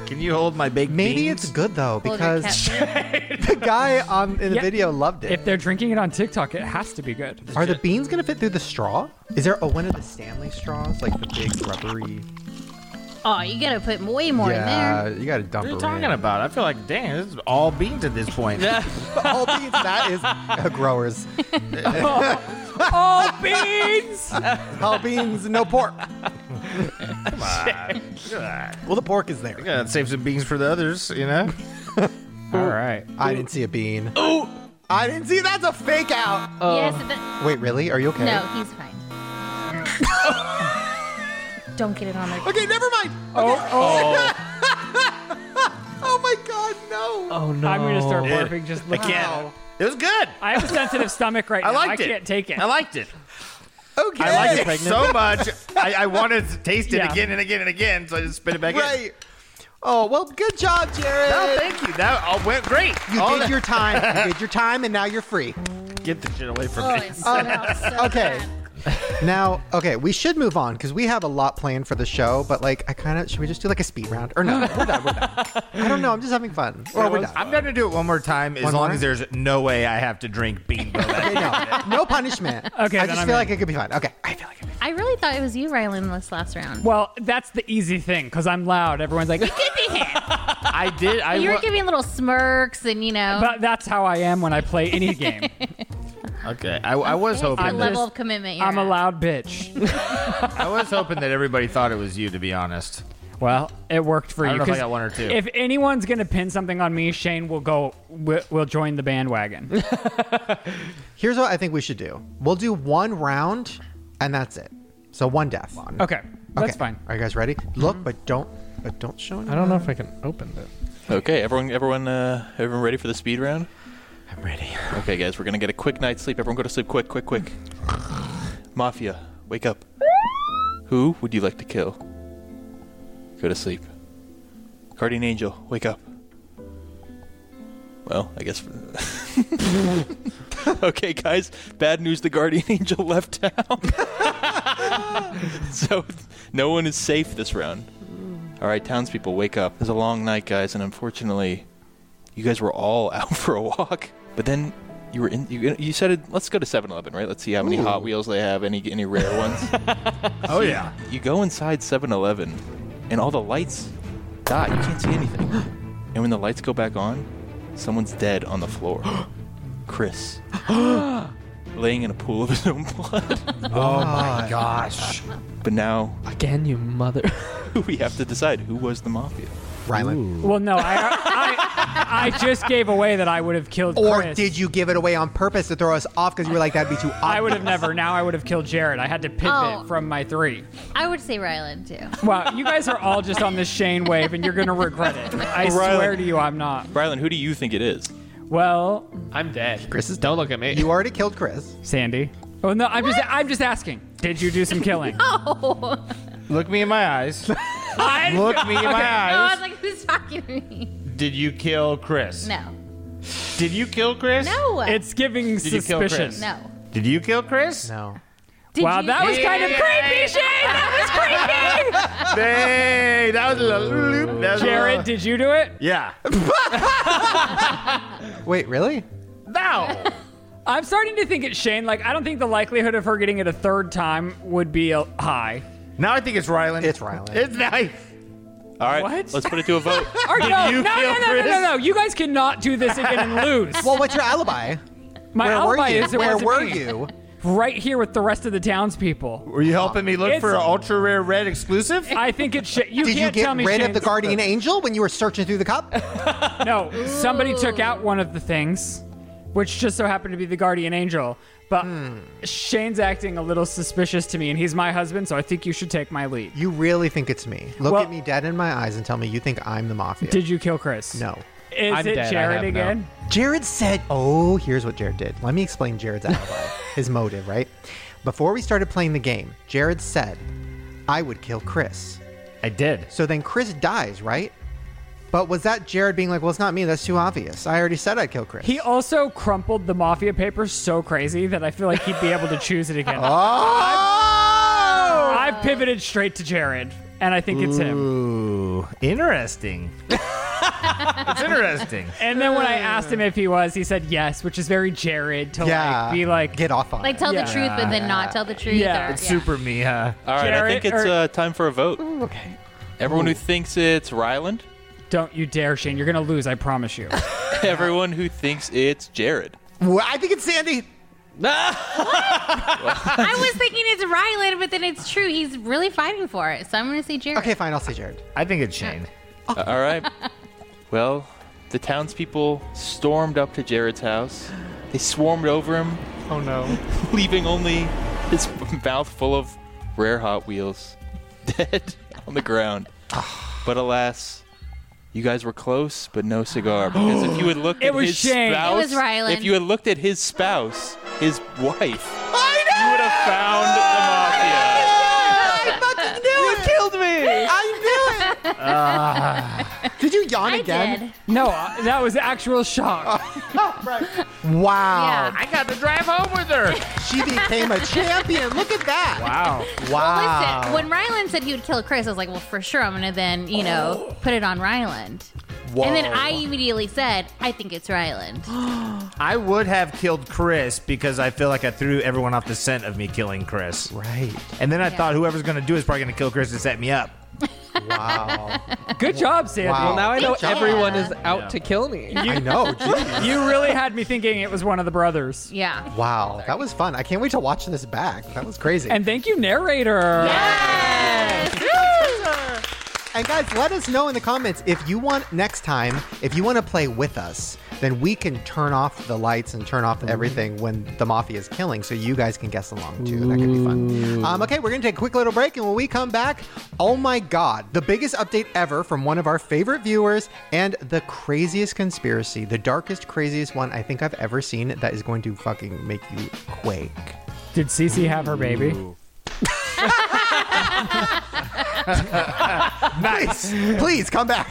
Can you hold my baked Maybe beans? it's good though Hold your because cat- the guy on in the Yeah. video loved it. If they're drinking it on TikTok, it has to be good. Are the beans gonna fit through the straw? Is there a one of the Stanley straws, like the big rubbery? Oh, you gotta put way more in yeah, there. you gotta dump What are her you talking in. about? I feel like, damn, this is all beans at this point. Yeah. All beans, that is uh, growers. All beans. All beans, no pork. Come on. Come on. Well, the pork is there. Gotta save some beans for the others, you know? all right. I didn't see a bean. Ooh, I didn't see. That's a fake out. Yes. But, Wait, really? Are you okay? No, he's fine. Don't get it on there. Okay, never mind. Oh, oh. Oh my god, no. Oh no. I'm gonna start Dude, barfing. Just I look. can't. It was good. I have a sensitive stomach right I now. liked I it. can't take it. I liked it. Okay. I liked it so much. I, I wanted to taste it Yeah. again and again and again, so I just spit it back in. Right. Oh, well, good job, Jared. No, thank you. That all went great. you all did that- your time. You did your time, and now you're free. Get the shit away from Oh, me. it smells so Okay. bad. Now, okay, we should move on because we have a lot planned for the show. But like, I kind of should we just do like a speed round or no? We're done. We're done. I don't know. I'm just having fun. Or we're done. I'm gonna do it one more time as One long more? as there's no way I have to drink bean boba. Okay, no, no punishment. Okay, I then just I'm feel in. like it could be fun. Okay, I feel like it could be I really thought it was you, Rylan, this last round. Well, that's the easy thing because I'm loud. Everyone's like, "It could be him," I did. I you were wa- giving little smirks and you know but that's how I am when I play any game. okay. I, I was it's the hoping. that- level of commitment. You're I'm a at. loud bitch. I was hoping that everybody thought it was you. To be honest. Well, it worked for I you. don't know if I 'cause got one or two. If anyone's gonna pin something on me, Shane will go. Will, will join the bandwagon. Here's what I think we should do. We'll do one round, and that's it. So one death. Okay, that's Okay. fine. Mm-hmm. Are you guys ready? Look, but don't, but don't show. Anyone. don't know if I can open it. Okay, everyone, everyone, uh, everyone, ready for the speed round? I'm ready. Okay, guys, we're gonna get a quick night's sleep. Everyone, go to sleep quick, quick, quick. Mafia, wake up. Who would you like to kill? Go to sleep. Guardian Angel, wake up. Well, I guess. okay, guys, bad news the Guardian Angel left town. so, no one is safe this round. All right, townspeople, wake up. It's a long night, guys, and unfortunately, you guys were all out for a walk. But then you were in. You, you said, it, "Let's go to 7-Eleven, right? Let's see how many Hot Wheels they have, any any rare ones." Oh yeah. you go inside 7-Eleven, and all the lights die. You can't see anything. and when the lights go back on, someone's dead on the floor. Chris, laying in a pool of his own blood. Oh my god. But now Again, you mother. we have to decide who was the mafia. Rylan. Well, no, I, I, I just gave away that I would have killed. Or Chris. did you give it away on purpose to throw us off because you were like that'd be too obvious? I would have never. Now I would have killed Jared. I had to pivot Oh. from my three. I would say Rylan too. Wow, you guys are all just on this Shane wave, and you're gonna regret it. I Riley. swear to you, I'm not. Rylan, who do you think it is? Well, I'm dead. Chris is- Don't look at me. You already killed Chris. Sandy. Oh no, I'm just I'm just asking. Did you do some killing? Oh, Look me in my eyes. I- Look me in my no, I eyes. was like, who's talking to me? Did you kill Chris? No, Did you kill Chris? no, It's giving you kill suspicion. Chris? no. Did you kill Chris? No. Did Wow, you- that was kind of creepy, Shane. That was creepy. Hey, that was a little loop. That was a Jared, little- did you do it? Yeah. Wait, really? No. I'm starting to think it's Shane. Like, I don't think the likelihood of her getting it a third time would be uh, high. Now I think it's Ryland. It's Ryland. It's nice. All right, What? let's put it to a vote. Or no, you no, kill no, no, no, no, Chris? no. You guys cannot do this again and lose. Well, what's your alibi? My Where were alibi you? is it Where wasn't were me. you? Right here with the rest of the townspeople. Were you helping me look It's- for an ultra rare red exclusive? I think it's Shane. You Did you can't get tell me rid Shane's of the guardian angel when you were searching through the cup? No, somebody took out one of the things, which just so happened to be the guardian angel. But Shane's acting a little suspicious to me, and he's my husband, so I think you should take my lead. You really think it's me? Look Well- at me dead in my eyes and tell me you think I'm the mafia. Did you kill Chris? No. Is I'm it dead, I Jared have no- again? Jared said, Oh, here's what Jared did. Let me explain Jared's alibi, his motive, right? Before we started playing the game, Jared said, I would kill Chris. I did. So then Chris dies, right? But was that Jared being like, Well, it's not me. That's too obvious. I already said I'd kill Chris. He also crumpled the mafia papers so crazy that I feel like he'd be able to choose it again. oh! I've pivoted straight to Jared, and I think it's him. Ooh, interesting. it's interesting. And then when I asked him if he was, he said yes, which is very Jared to Yeah. like be like, Get off on Like it. tell the truth, but then not tell the truth. Yeah. or, It's Super me, huh? All right, I Jarrett think it's or- uh, time for a vote. okay. Everyone who thinks it's Ryland, "Don't you dare, Shane! You're gonna lose, I promise you." everyone who thinks it's Jared. Well, I think it's Sandy. I was thinking it's Ryland, but then it's true. He's really fighting for it. So I'm going to say Jared. Okay, fine. I'll say Jared. I think it's Shane. Uh, All right. Well, the townspeople stormed up to Jared's house. They swarmed over him. Oh no. Leaving only his mouth full of rare Hot Wheels, dead on the ground. But alas, you guys were close, but no cigar. Because if you had looked at was his Shane. It spouse, was Ryland. if you had looked at his spouse, his wife, you would have found the mafia. I fucking knew it. killed me. I knew it. Ah. did you yawn I again? did. no, uh, that was actual shock. Wow. Yeah. I got to drive home with her. She became a champion. Look at that. wow. Wow. Listen, when Ryland said he would kill Chris, I was like, well, for sure, I'm going to then, you know, Oh. put it on Ryland. And then I immediately said, I think it's Ryland. I would have killed Chris because I feel like I threw everyone off the scent of me killing Chris. right. And then I Yeah. thought whoever's going to do it is probably going to kill Chris and set me up. Wow. Good job, Sandy. Wow. Well, now I know Good job. everyone is out to kill me. I know. geez. You really had me thinking it was one of the brothers. Yeah. Wow. That was fun. I can't wait to watch this back. That was crazy. And thank you, narrator. And guys, let us know in the comments if you want next time, if you want to play with us, then we can turn off the lights and turn off everything when the mafia is killing, so you guys can guess along too. That could be fun. Um, okay, we're gonna take a quick little break, and when we come back, oh my god, the biggest update ever from one of our favorite viewers and the craziest conspiracy, the darkest, craziest one I think I've ever seen that is going to fucking make you quake. Did Cece have her baby? Nice. Please come back.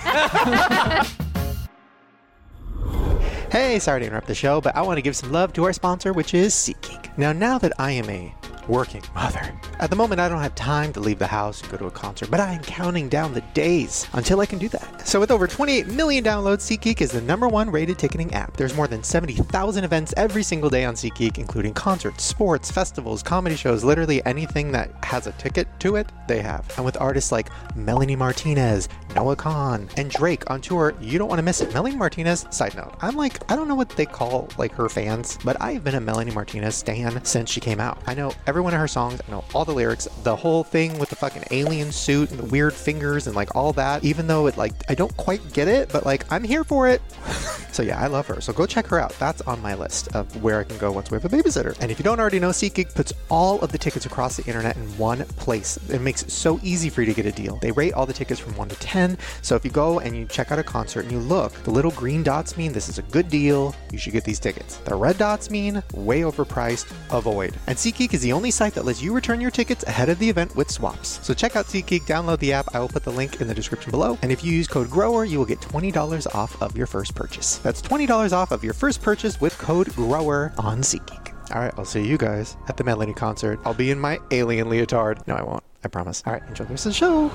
Hey, sorry to interrupt the show, but I want to give some love to our sponsor, which is SeatGeek. Now, now that I am a working mother, at the moment I don't have time to leave the house and go to a concert, but I am counting down the days until I can do that. So, with over 28 million downloads, SeatGeek is the number one rated ticketing app. There's more than 70,000 events every single day on SeatGeek, including concerts, sports, festivals, comedy shows, literally anything that has a ticket to it, they have. And with artists like Melanie Martinez, Noah Kahn, and Drake on tour, you don't want to miss it. Melanie Martinez, side note, I'm like, I don't know what they call like her fans, but I've been a Melanie Martinez stan since she came out. I know every one of her songs, I know all the lyrics, the whole thing with the fucking alien suit and the weird fingers and like all that, even though it like I don't quite get it, but like I'm here for it. so yeah, I love her. So go check her out. That's on my list of where I can go once we have a babysitter. And if you don't already know, SeatGeek puts all of the tickets across the internet in one place. It makes it so easy for you to get a deal. They rate all the tickets from 1 to 10. So if you go and you check out a concert and you look, the little green dots mean this is a good deal. You should get these tickets. The red dots mean way overpriced. Avoid. And SeatGeek is the only site that lets you return your tickets ahead of the event with swaps. So check out SeatGeek, download the app. I will put the link in the description below. And if you use code GROWER, you will get $20 off of your first purchase. That's $20 off of your first purchase with code GROWER on SeatGeek. All right, I'll see you guys at the Melanie concert. I'll be in my alien leotard. No, I won't. I promise. All right, enjoy the rest of the show.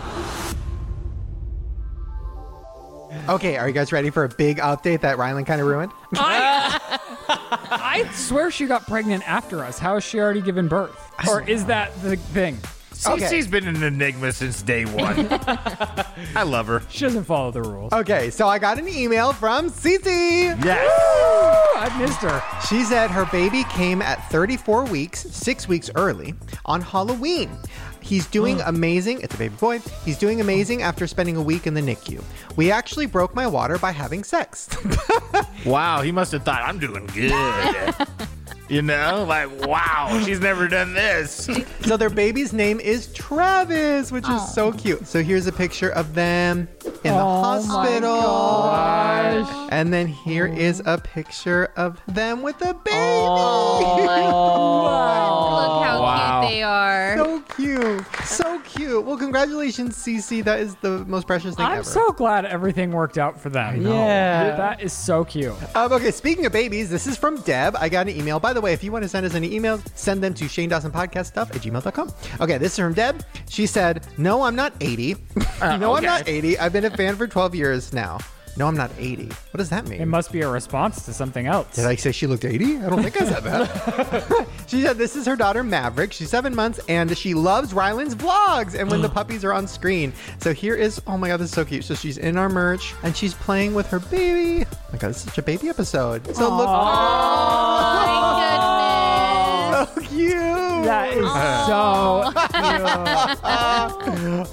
Okay, are you guys ready for a big update that Rylan kind of ruined? I, I swear she got pregnant after us. How is she already given birth? Or is that the thing? Okay. CC's been an enigma since day one. I love her. She doesn't follow the rules. Okay, so I got an email from Cece. Yes. Ooh, I've missed her. She said Oh, her baby came at 34 weeks, six weeks early, on Halloween. He's doing amazing. It's a baby boy. He's doing amazing after spending a week in the NICU. We actually broke my water by having sex. Wow, he must have thought I'm doing good. you know, like wow, she's never done this. so their baby's name is Travis, which is so cute. So here's a picture of them in the hospital. And then here is a picture of them with a baby. Look how Wow. cute they are. Oh. So cute. So cute. Well, congratulations, Cece. That is the most precious thing I'm ever. so glad everything worked out for them. Yeah. That is so cute. Um, okay, speaking of babies, this is from Deb. I got an email. By the way, if you want to send us any emails, send them to Shane Dawson Podcast Stuff at gmail.com. Okay, this is from Deb. She said, No, I'm not 80. Uh, no, I'm not 80. I've been a fan for 12 years now. No, I'm not 80. What does that mean? It must be a response to something else. Did I say she looked 80? I don't think I said that. she said this is her daughter Maverick. She's seven months and she loves Rylan's vlogs and when the puppies are on screen. So here is oh my god, this is so cute. So she's in our merch and she's playing with her baby. Oh my god, this is such a baby episode. So My look so cute. that is so.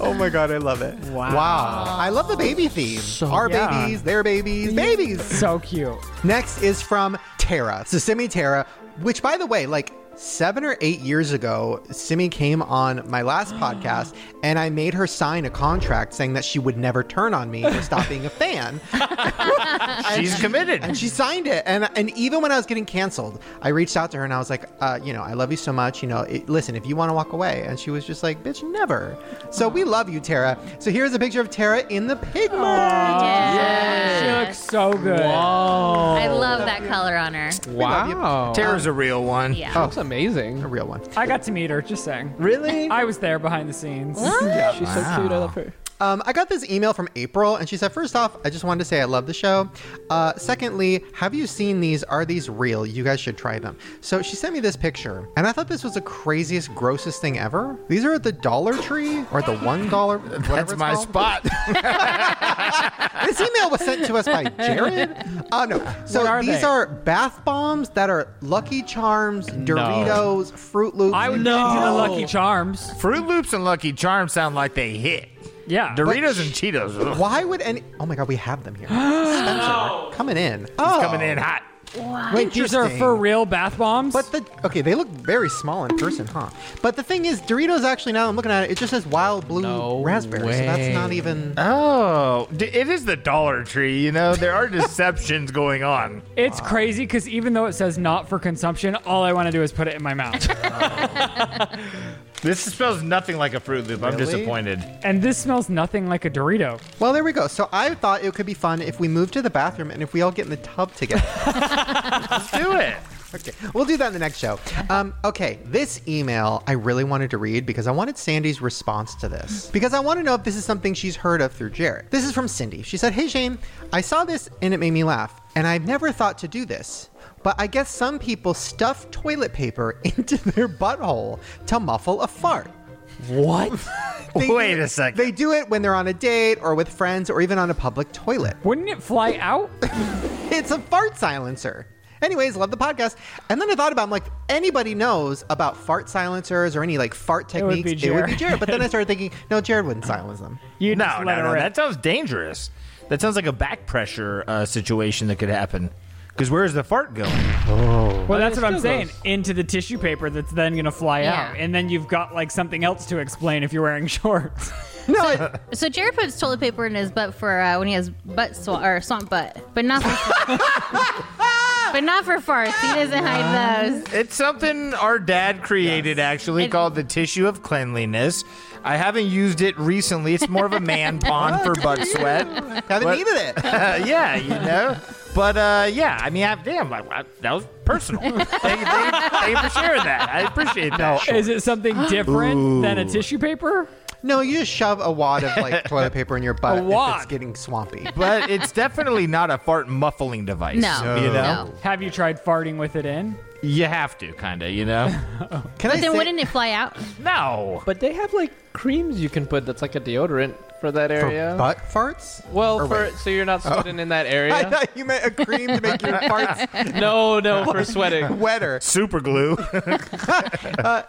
Oh my god, I love it. Wow. Wow. I love the baby theme. our Yeah. babies, their babies, babies. So cute. Next is from Tara. So Simi Tara, which by the way, like seven or eight years ago, Simi came on my last podcast and I made her sign a contract saying that she would never turn on me or stop being a fan. She's committed. And she signed it. And and even when I was getting canceled, I reached out to her and I was like, uh, you know, I love you so much. You know, it, listen, if you want to walk away. And she was just like, bitch, never. So we love you, Tara. So here's a picture of Tara in the pig goodness. market. She Yes. looks so good. Oh. I love that color on her. Wow. Tara's a real one. Yeah. That's amazing. A real one. I got to meet her, just saying. Really? I was there behind the scenes. She's so cute. I love her. Um, I got this email from April, and she said, First off, I just wanted to say I love the show. Uh, secondly, have you seen these? Are these real? You guys should try them. So she sent me this picture, and I thought this was the craziest, grossest thing ever. These are at the Dollar Tree or at the $1. whatever That's it's my called. spot. This email was sent to us by Jared. Oh, no. So What are these they? are bath bombs that are Lucky Charms, Doritos, Fruit Loops. I would No. get into the Lucky Charms. Fruit Loops and Lucky Charms sound like they hit. Yeah. Doritos and Cheetos ugh, Why would any. Oh my God, we have them here. Spencer, coming in. Oh, coming in hot. These are interesting. for real bath bombs. But the okay, they look very small in person, huh? But the thing is, Doritos actually now I'm looking at it, it just says wild blue No raspberry, so that's way. not even. Oh, d- it is the Dollar Tree. You know there are deceptions going on. it's crazy because even though it says not for consumption, all I want to do is put it in my mouth. This smells nothing like a Fruit Loop. I'm Really? disappointed. and this smells nothing like a Dorito. Well, there we go. So I thought it could be fun if we moved to the bathroom and if we all get in the tub together. Do it. okay, we'll do that in the next show. Um, okay, this email I really wanted to read because I wanted Sandy's response to this because I want to know if this is something she's heard of through Jared. This is from Cindy. She said, "Hey Shane, I saw this and it made me laugh, and I've never thought to do this." But I guess some people stuff toilet paper into their butthole to muffle a fart. What? They do Wait it- a second. They do it when they're on a date or with friends or even on a public toilet. Wouldn't it fly out? It's a fart silencer. Anyways, love the podcast. And then I thought about, I'm like, anybody knows about fart silencers or any like fart would techniques? be Jared. Jared. But then I started thinking, no, Jared wouldn't silence them. You No, just no, let it no. rip. That sounds dangerous. That sounds like a back pressure uh, situation that could happen. Because where's the fart going? Well, that's it what I'm still saying. goes. Into the tissue paper that's then going to fly Yeah. out. And then you've got like something else to explain if you're wearing shorts. No, I, So Jared puts toilet paper in his butt for uh, when he has butt swa- or swamp butt, but not for but not for farts. He doesn't hide those. It's something our dad created, actually, It- called the tissue of cleanliness. I haven't used it recently. It's more of a man pond for butt sweat. haven't What? needed it. Uh, yeah, you know. But uh, yeah, I mean, I, damn, like I, that was personal. thank, you- thank you- thank you for sharing that. I appreciate that. Is it something different than a tissue paper? No, you just shove a wad of like toilet paper in your butt if it's wad. getting swampy. But it's definitely not a fart muffling device. No, You know? no. Have you tried farting with it in? You have to, kind of, you know? Can I But then say- wouldn't it fly out? no. But they have like creams you can put that's like a deodorant for that for area. butt farts? well, Or for wait. Oh. so you're not sweating in that I area. thought you meant a cream to make your farts No, no, for sweating. wetter. Super glue.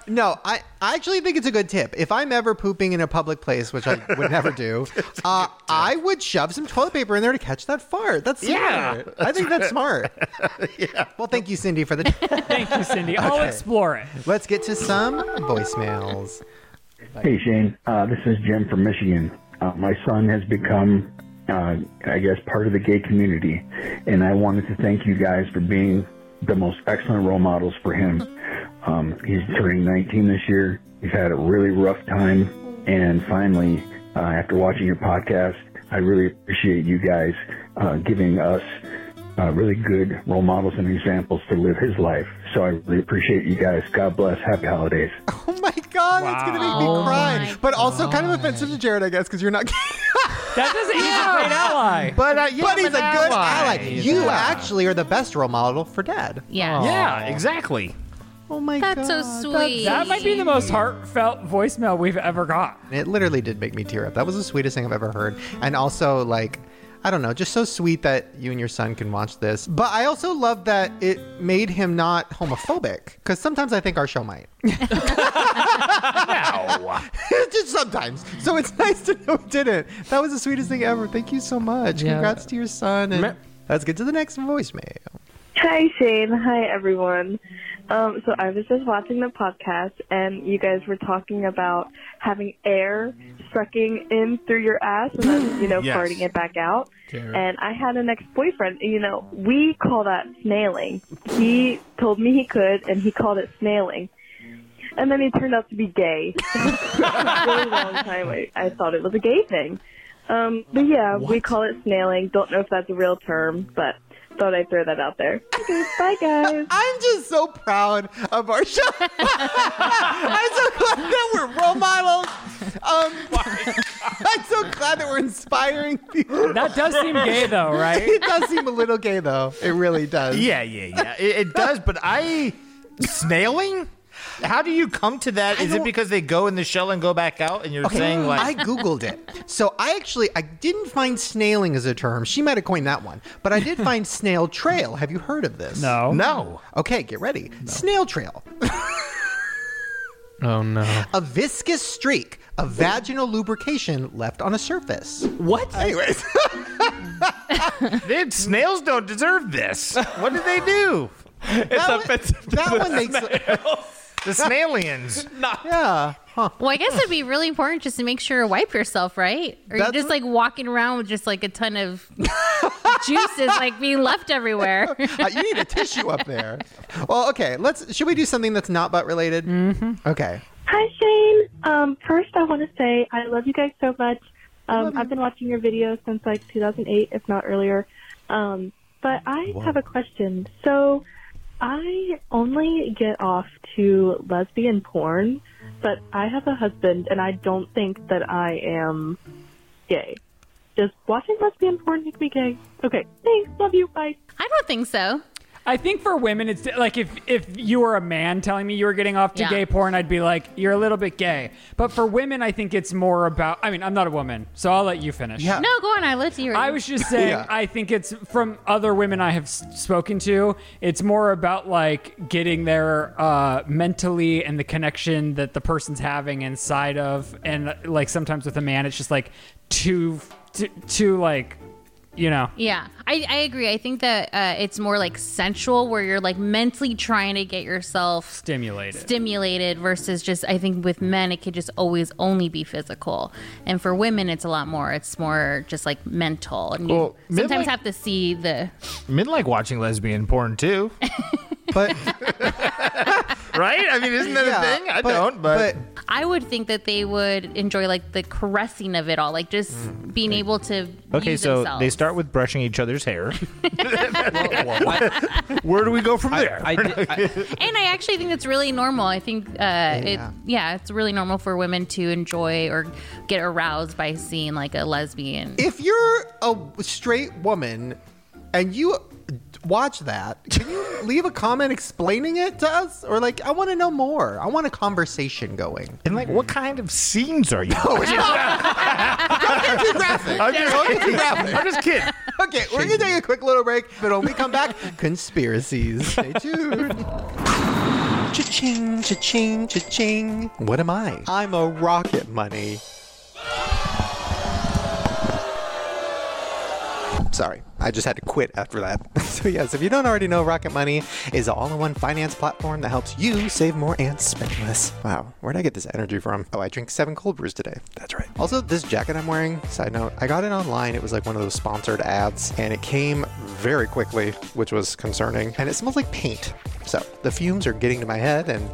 No, I, I actually think it's a good tip. If I'm ever pooping in a public place, which I would never do, uh, I would shove some toilet paper in there to catch that fart. That's smart. Yeah, I think that's smart. Well, thank you, Cindy, for the. tip. Thank you, Cindy. I'll explore it. Let's get to some voicemails. Hey Shane, uh, this is Jim from Michigan. Uh, my son has become, uh, I guess, part of the gay community, and I wanted to thank you guys for being the most excellent role models for him. Um, he's turning 19 this year. He's had a really rough time, and finally, uh, after watching your podcast, I really appreciate you guys uh, giving us uh, really good role models and examples to live his life. So I really appreciate you guys. God bless. Happy holidays. Oh my god, it's gonna make me Wow. cry, Oh my but also kind of offensive to Jared, I guess, because you're not. That doesn't. He's a great ally. But, uh, yeah, but he's a I'm good an ally. You Yeah. actually are the best role model for Dad. Yeah. Yeah, exactly. Oh my That's so god, sweet. That might be the most heartfelt voicemail we've ever got. It literally did make me tear up. That was the sweetest thing I've ever heard. And also, like, I don't know, just so sweet that you and your son can watch this. But I also love that it made him not homophobic, because sometimes I think our show might. No. just sometimes. So it's nice to know it didn't. That was the sweetest thing ever. Thank you so much. Yeah. Congrats to your son. And let's get to the next voicemail. Hi, Shane. Hi, everyone. Um, so I was just watching the podcast, and you guys were talking about having air sucking in through your ass and then, you know, Yes. farting it back out. And I had an ex-boyfriend, and, you know, we call that snailing. He told me he could, and he called it snailing. And then he turned out to be gay. a really long time, I, I thought it was a gay thing. Um, but yeah, we call it snailing. Don't know if that's a real term, but thought I'd throw that out there. Okay, bye guys. I'm just so proud of our show. I'm so glad that we're role models. Um, I'm so glad that we're inspiring people. That does seem gay, though, right? It does seem a little gay, though. It really does. Yeah, yeah, yeah. It, it does, but I. Snailing? How do you come to that? Is it don't- because they go in the shell and go back out and you're saying, like. I googled it. So I actually I didn't find snailing as a term. She might have coined that one, but I did find snail trail. Have you heard of this? No. no. Okay, get ready. Snail trail. Oh no. A viscous streak of vaginal lubrication left on a surface. What? Anyways, Dude, snails don't deserve this. What did they do? It's that offensive. that one makes The snailians. yeah. Huh. Well, I guess it'd be really important just to make sure to wipe yourself, right? Or That's you're just what- like walking around with just like a ton of juices like being left everywhere. Uh, you need a tissue up there. Well, okay. Let's. Should we do something that's not butt related? Mm-hmm. Okay. Hi, Shane. Um, first, I want to say I love you guys so much. Um, I've been watching your videos since like 2008, if not earlier. Um, but I have a question. So, I only get off to lesbian porn, but I have a husband, and I don't think that I am gay. Does watching lesbian porn make me gay? Okay, thanks. Love you. Bye. I don't think so. I think for women, it's like if if you were a man telling me you were getting off to Yeah. gay porn, I'd be like, you're a little bit gay. But for women, I think it's more about. I mean, I'm not a woman, so I'll let you finish. Yeah. No, go on. I let you. I was just saying, Yeah. I think it's from other women I have s- spoken to. It's more about like getting there uh, mentally and the connection that the person's having inside of, and uh, like sometimes with a man, it's just like too, too, too like, you know, Yeah, I, I agree. I think that uh, it's more like sensual, where you're like mentally trying to get yourself stimulated. stimulated versus just I think with men it could just always only be physical, and for women it's a lot more. It's more just like mental, and you Well, men sometimes like- have to see the Men like watching lesbian porn too, But right? I mean, isn't that yeah, a thing? I don't, but, I I would think that they would enjoy like the caressing of it all, like just being able to. Mm. Okay, use so themselves. they start with brushing each other's hair. I, Where do we go from there? I, did- I- And I actually think that's really normal. I think, uh, it, yeah, it's really normal for women to enjoy or get aroused by seeing like a lesbian. If you're a straight woman and you watch that, can you leave a comment explaining it to us? Or like, I want to know more. I want a conversation going. and like, what kind of scenes are you? Oh, I'm, Don't get just, too graphic. I'm just kidding. Okay, we're gonna take a quick little break, but when we come back, conspiracies. Stay tuned. Cha-ching, cha-ching, cha-ching. What am I? I'm a rocket money. Sorry, I just had to quit after that. So, yes, if you don't already know, Rocket Money is an all in one finance platform that helps you save more and spend less. Wow, where'd I get this energy from? Oh, I drank seven cold brews today. That's right. Also, this jacket I'm wearing, side note, I got it online. It was like one of those sponsored ads, and it came very quickly, which was concerning, and it smells like paint. So, the fumes are getting to my head and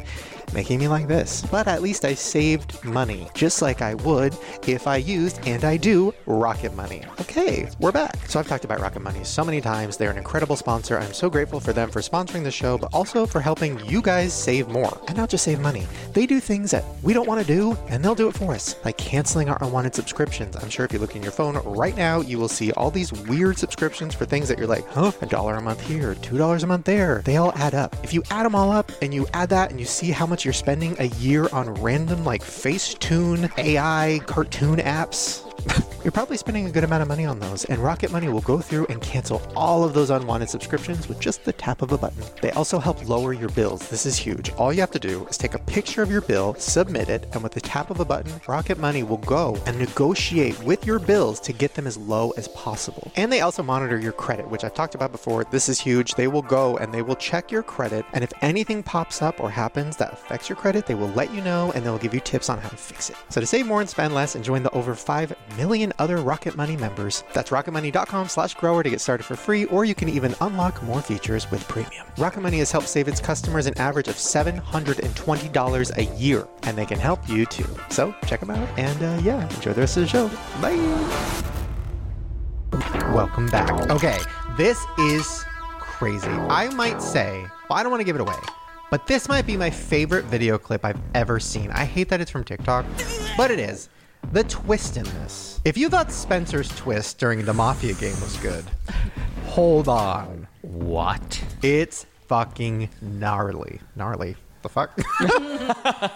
making me like this. But at least I saved money, just like I would if I used, and I do, Rocket Money. Okay, we're back. So I've talked about Rocket Money so many times. They're an incredible sponsor. I'm so grateful for them for sponsoring the show, but also for helping you guys save more and not just save money. They do things that we don't want to do, and they'll do it for us, like canceling our unwanted subscriptions. I'm sure if you look in your phone right now, you will see all these weird subscriptions for things that you're like, huh, a dollar a month here, two dollars a month there. They all add up. If you add them all up and you add that and you see how much you're spending a year on random like Facetune AI cartoon apps. You're probably spending a good amount of money on those, and Rocket Money will go through and cancel all of those unwanted subscriptions with just the tap of a button. They also help lower your bills. This is huge. All you have to do is take a picture of your bill, submit it, and with the tap of a button, Rocket Money will go and negotiate with your bills to get them as low as possible. And they also monitor your credit, which I've talked about before. This is huge. They will go and they will check your credit, and if anything pops up or happens that affects your credit, they will let you know and they'll give you tips on how to fix it. So to save more and spend less and join the over 5 million other Rocket Money members, that's rocketmoney.com slash grower to get started for free, or you can even unlock more features with premium. Rocket Money has helped save its customers an average of $720 a year, and they can help you too. So check them out and uh, yeah, enjoy the rest of the show. Bye! Welcome back. Okay, this is crazy. I might say, well, I don't want to give it away, but this might be my favorite video clip I've ever seen. I hate that it's from TikTok, but it is. The twist in this. If you thought Spencer's twist during the Mafia game was good, hold on. what? It's fucking gnarly. Gnarly. The fuck?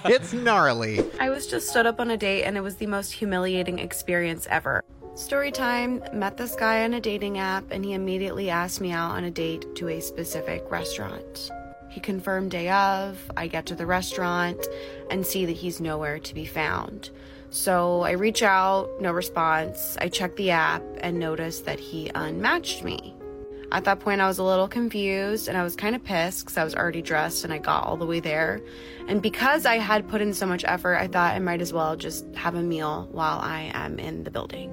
it's gnarly. I was just stood up on a date and it was the most humiliating experience ever. Story time met this guy on a dating app and he immediately asked me out on a date to a specific restaurant. He confirmed day of, I get to the restaurant and see that he's nowhere to be found. So I reach out, no response. I check the app and notice that he unmatched me. At that point, I was a little confused and I was kind of pissed because I was already dressed and I got all the way there. And because I had put in so much effort, I thought I might as well just have a meal while I am in the building.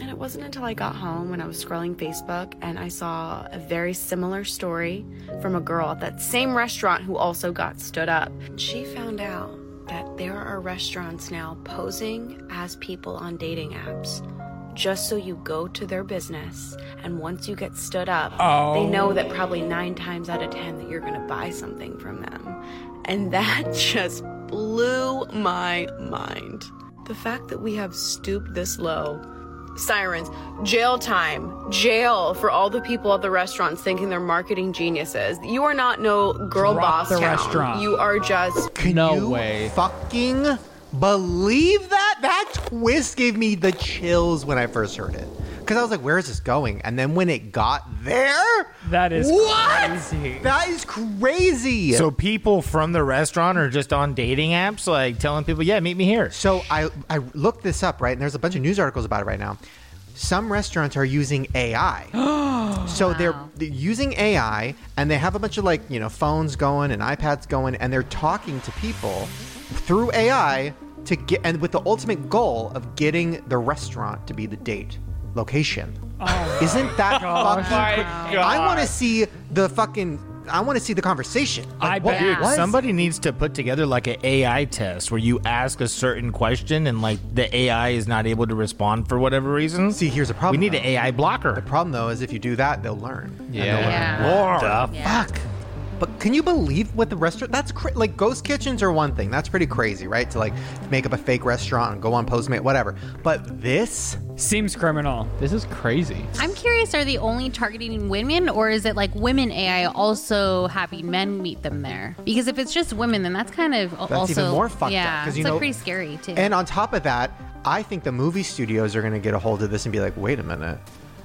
And it wasn't until I got home when I was scrolling Facebook and I saw a very similar story from a girl at that same restaurant who also got stood up. She found out that there are restaurants now posing as people on dating apps just so you go to their business and once you get stood up they know Oh. that probably nine times out of ten that you're going to buy something from them and that just blew my mind the fact that we have stooped this low sirens jail time jail for all the people at the restaurants thinking they're marketing geniuses you are not no girl Drop boss the town. restaurant. you are just Can No you way. Fucking believe that? That twist gave me the chills when I first heard it. Because I was like, where is this going? And then when it got there, That is what? crazy. That is crazy. So people from the restaurant are just on dating apps, like telling people, "Yeah, meet me here." So I I looked this up, right? And there's a bunch of news articles about it right now. Some restaurants are using AI. so they're, they're using AI and they have a bunch of like, you know, phones going and iPads going and they're talking to people through AI to get and with the ultimate goal of getting the restaurant to be the date location. Isn't that fucking Oh my cra- I want to see the fucking I want to see the conversation. I Well, bet. dude, What? somebody needs to put together like an AI test where you ask a certain question and like the AI is not able to respond for whatever reason. See, here's the problem. we need though. an AI blocker. Problem though is if you do that, they'll learn. Yeah. Yeah. The Yeah. Fuck. But can you believe what the restaurant? That's cra- like ghost kitchens are one thing. That's pretty crazy, right? To like make up a fake restaurant and go on Postmate, whatever. But this, Seems criminal. This is crazy. I'm curious, are they only targeting women or is it like women AI also having men meet them there? Because if it's just women, then that's kind of that's also even more fucked up, yeah, 'cause, you it's like know- pretty scary too. and on top of that, I think the movie studios are going to get a hold of this and be like, wait a minute.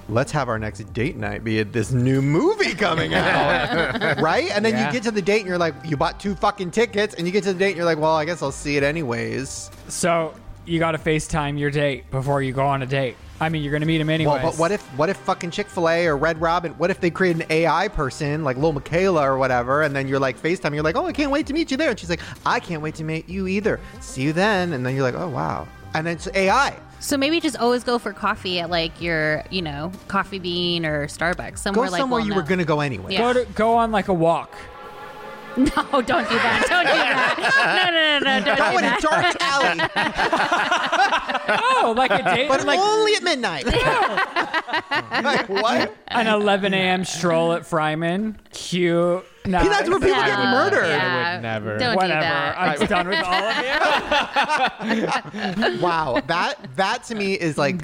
Let's have our next date night be at this new movie coming out. right? And then you get to the date and you're like, you bought two fucking tickets. And you get to the date and you're like, well, I guess I'll see it anyways. So you got to FaceTime your date before you go on a date. I mean, you're going to meet him anyways. Well, but what if what if fucking Chick Fil A or Red Robin? What if they create an AI person like Lil Michaela or whatever, and then you're like Facetime, and you're like, oh, I can't wait to meet you there, and she's like, I can't wait to meet you either. See you then, and then you're like, oh wow, and then it's AI. so maybe just always go for coffee at like your, you know, coffee bean or Starbucks Go somewhere like somewhere well you were known. gonna go anyway. Go, Yeah. to, go on like a walk. No, don't do that. Don't do that. No, no, no, no. Don't Go do in a that. dark alley, Oh, like a date, but like only at midnight. like, what? an 11 a.m. stroll at Fryman. Cute. Nice. That's where people get Yeah. murdered. Oh, Yeah. I would never. Don't Whatever. do that. I'm done with all of you. wow that that to me is like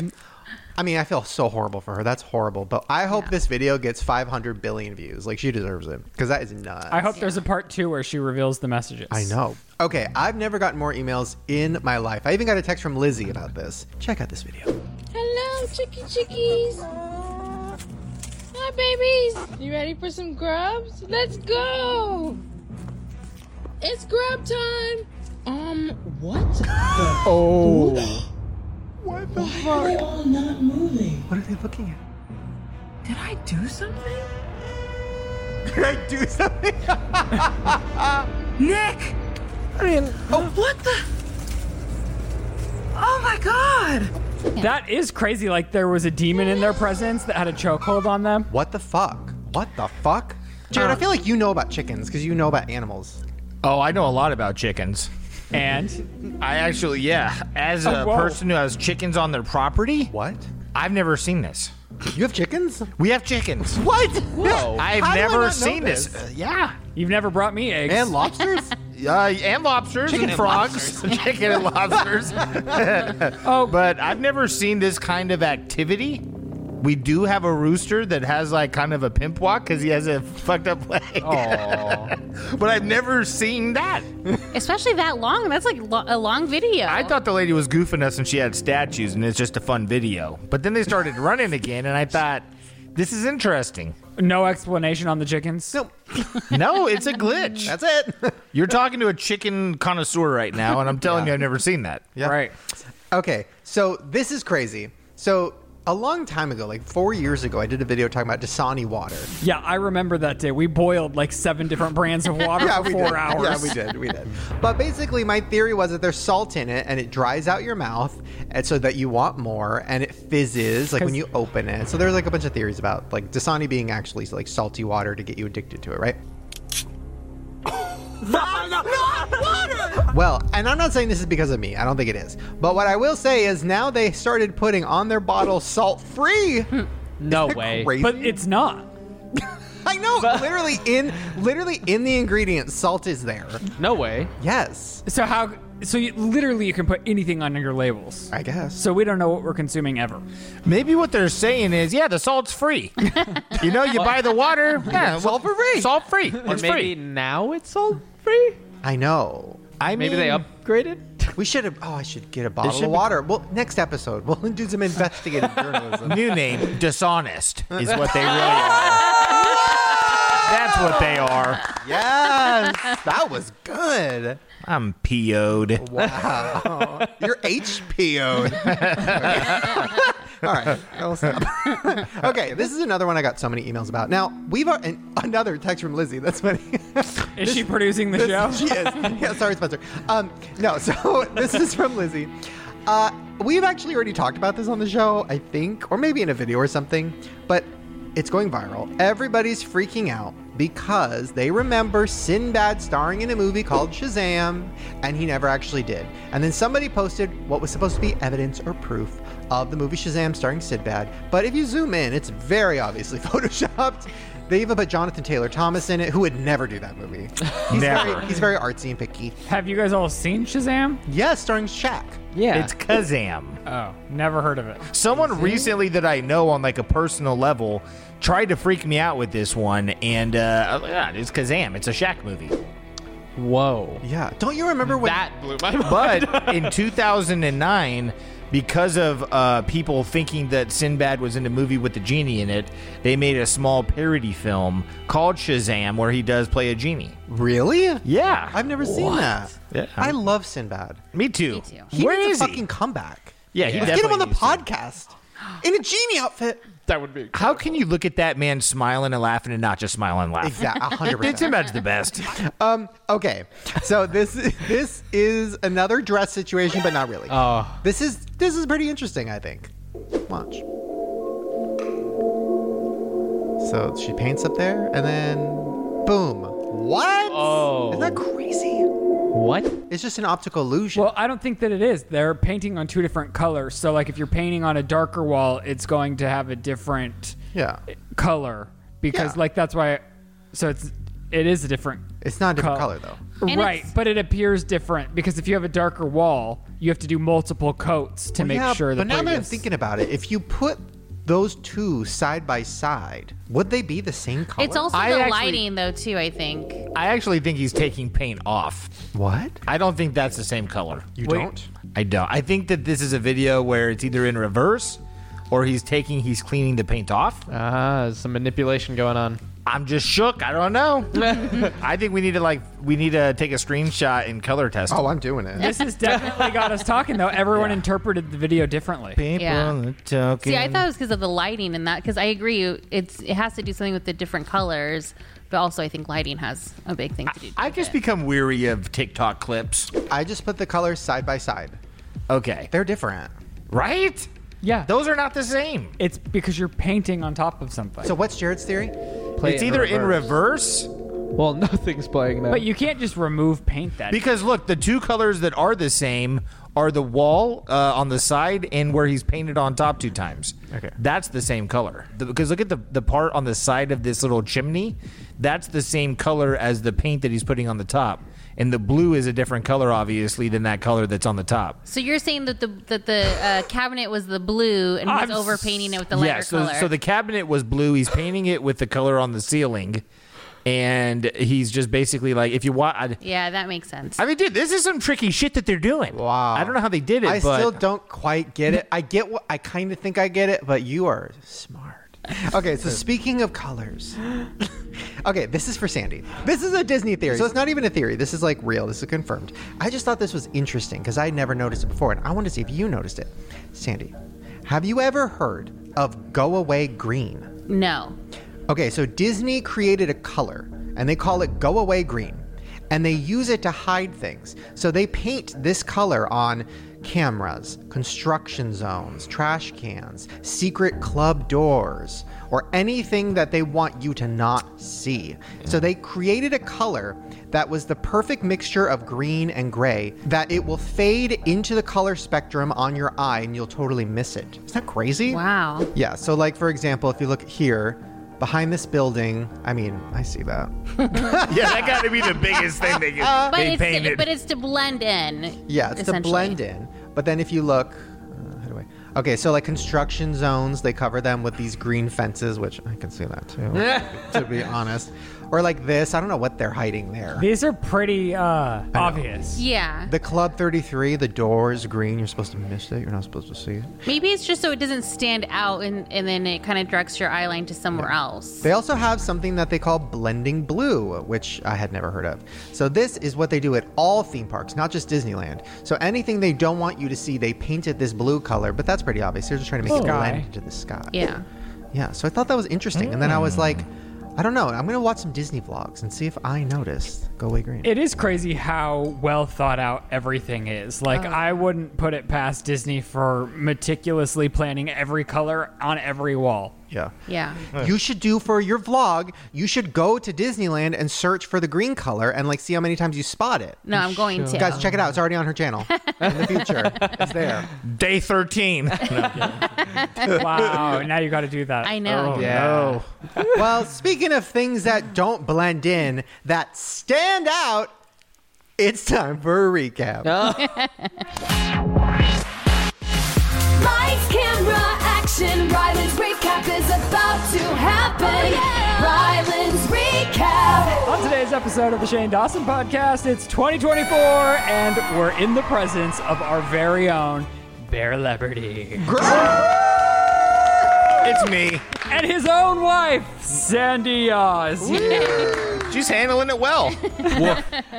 i mean i feel so horrible for her that's horrible but i hope this video gets 500 billion views like she deserves it because that is nuts I hope there's a part two where she reveals the messages. I know okay i've never gotten more emails in my life i even got a text from lizzie about this check out this video Hello, chicky chickies. Hi, babies. You ready for some grubs? Let's go. It's grub time. Um, what? what the Why are they all not moving? what are they looking at Did I do something? did i do something Nick! Oh, what the? Oh my god! That is crazy. Like there was a demon in their presence that had a chokehold on them. what the fuck what the fuck jared i feel like you know about chickens because you know about animals Oh, I know a lot about chickens. And I actually, yeah, as Oh, a whoa. person who has chickens on their property, what I've never seen this. you have chickens We have chickens. what I've How do I not know never seen this. this? Uh, yeah, you've never brought me eggs. and lobsters uh, and lobsters, Chicken chicken and frogs, chicken and lobsters. oh, but but I've never seen this kind of activity. We do have a rooster that has like kind of a pimp walk because he has a fucked up leg. but I've never seen that. Especially that long. That's like lo- a long video. I thought the lady was goofing us and she had statues and it's just a fun video. But then they started running again and I thought, this is interesting. no explanation on the chickens. no No, it's a glitch. that's it You're talking to a chicken connoisseur right now, and I'm telling you, I've never seen that. Yeah. Right. Okay, so this is crazy. So a long time ago, like four years ago, I did a video talking about Dasani water. Yeah, I remember that day. We boiled like seven different brands of water for four did. Yeah, hours. we did. We did. But basically, my theory was that there's salt in it, and it dries out your mouth, and so that you want more, and it fizzes like when you open it. So there's like a bunch of theories about like Dasani being actually like salty water to get you addicted to it, right? Well, and I'm not saying this is because of me. I don't think it is. But what I will say is now they started putting on their bottle salt free. Hmm. No way. Crazy. But it's not. I know. literally in literally in the ingredients, salt is there. No way. Yes, So how? So you, literally, you can put anything on your labels. I guess. So we don't know what we're consuming ever. Maybe what they're saying is, yeah, the salt's free. you know, you buy the water, yeah, Salt for free. Salt free. Or It's maybe free. now it's all free. I know. I Maybe they mean, upgraded. We should have. Oh, I should get a should bottle be- of water. Well, next episode we'll do some investigative journalism. New name, dishonest, is what they really are. That's what they are. yes, that was good. I'm PO'd. Wow, you're HPO'd. All right, I'll stop. okay, this is another one I got so many emails about. Now we've al- and another text from Lizzie. That's funny. Is she producing the This- show? She is. Yeah, sorry, Spencer. Um, no, so this is from Lizzie. Uh, we've actually already talked about this on the show, I think, or maybe in a video or something, but it's going viral. Everybody's freaking out because they remember Sinbad starring in a movie called Shazam, and he never actually did. And then somebody posted what was supposed to be evidence or proof of the movie Shazam starring Sinbad, but if you zoom in, it's very obviously photoshopped. They even put Jonathan Taylor Thomas in it, who would never do that movie. He's Never. Very, he's very artsy and picky. Have you guys all seen Shazam? Yes, starring Shaq. Yeah. It's Kazam. Oh, never heard of it. Someone recently that I know on like a personal level tried to freak me out with this one, and uh, I was like, "Ah, it's Kazam. It's a Shaq movie. Whoa. Yeah. Don't you remember when That blew my mind. But in 2009, because of uh, people thinking that Sinbad was in a movie with the genie in it, they made a small parody film called Shazam where he does play a genie. Really? Yeah, I've never seen that. Yeah. I love Sinbad. Me too. Me too. He Where needs is a he? fucking comeback. Yeah, he Let's get him on the definitely needs to. podcast in a genie outfit. that would be. How can you look at that man smiling and laughing and not just smile and laugh? Exactly, hundred It's percent. about the best. Um, okay, so this this is another dress situation, but not really. Oh. This is this is pretty interesting, I think. Watch. So she paints up there, and then boom. What? Oh. Isn't that crazy? What? It's just an optical illusion. Well, I don't think that it is. They're painting on two different colors. So, like, if you're painting on a darker wall, it's going to have a different yeah, color because, Yeah. like, that's why. So it's it is a different it's not a different Col- color though. And right, it's- but it appears different because if you have a darker wall, you have to do multiple coats to make yeah, sure. The But now that I'm previous- thinking about it, if you put those two side by side, would they be the same color? It's also I the actually- lighting, though, too, I think. I actually think he's taking paint off. what I don't think that's the same color. you don't. I don't. I think that this is a video where it's either in reverse or he's taking, he's cleaning the paint off. Ah, there's some manipulation going on. I'm just shook. I don't know. I think we need to like, we need to take a screenshot and color test. Oh, I'm doing it. This has definitely got us talking, though. Everyone interpreted the video differently. People Yeah. are talking. See, I thought it was because of the lighting and that. Because I agree, it's it has to do something with the different colors, but also I think lighting has a big thing to do. I with just it. become weary of TikTok clips. I just put the colors side by side. Okay. They're different. Right? Yeah, Those are not the same. it's because you're painting on top of something. So what's Jared's theory? Play it's it either in reverse Well, nothing's playing now. but you can't just remove paint that. because look, the two colors that are the same are the wall uh, on the side and where he's painted on top two times. Okay. That's the same color. The- because look at the, the part on the side of this little chimney. That's the same color as the paint that he's putting on the top. And the blue is a different color, obviously, than that color that's on the top. So you're saying that the that the uh, cabinet was the blue and he's I'm s- over painting it with the lighter yeah, so, color. so the cabinet was blue. He's painting it with the color on the ceiling. And he's just basically like, if you want. I, yeah, that makes sense. I mean, dude, this is some tricky shit that they're doing. Wow. I don't know how they did it, I but still don't quite get it. I get what I kind of think I get it, but you are smart. Okay, so speaking of colors. Okay, this is for Sandy. This is a Disney theory. So it's not even a theory. This is like real. This is confirmed. I just thought this was interesting because I never noticed it before and I want to see if you noticed it. Sandy, have you ever heard of go away green? no, Okay, so Disney created a color and they call it go away green and they use it to hide things. So they paint this color on cameras, construction zones, trash cans, secret club doors, or anything that they want you to not see. So they created a color that was the perfect mixture of green and gray that it will fade into the color spectrum on your eye and you'll totally miss it. Isn't that crazy? wow. Yeah. So, like for example, if you look here behind this building, I mean, I see that. yeah, that got to be the biggest thing they can. But it's to, but it's to blend in. Yeah, it's to essentially. blend in. But then if you look, uh, how do I? Okay, so like construction zones, they cover them with these green fences, which I can see that too. to be honest, or like this, I don't know what they're hiding there. These are pretty uh, obvious. Yeah, The Club 33, the door is green. You're supposed to miss it. You're not supposed to see it. maybe it's just so it doesn't stand out, and, and then it kind of directs your eye line to somewhere else. They also have something that they call blending blue, which I had never heard of. So, this is what they do at all theme parks, not just Disneyland. So, anything they don't want you to see, they paint it this blue color, but that's pretty obvious. They're just trying to make it Sky. blend into the sky. Yeah. Yeah. So, I thought that was interesting. And then I was like, I don't know. I'm gonna watch some Disney vlogs and see if I noticed. Go away, green. It is crazy how well thought out everything is. Uh. Like, I wouldn't put it past Disney for meticulously planning every color on every wall. yeah. Yeah. You should do for your vlog. You should go to Disneyland and search for the green color and like see how many times you spot it. No, I'm going to. Guys, check it out. It's already on her channel. In the future, it's there. Day 13. Wow, now you got to do that. I know. Oh, No. Well, speaking of things that don't blend in, that stand out, it's time for a recap. Lights, camera, action. Ryland's recap is about to Oh, happen. Ryland's recap. On today's episode of the Shane Dawson podcast, it's 2024, and we're in the presence of our very own Bear Leberty it's me. and his own wife, Sandy Yaws. She's handling it well.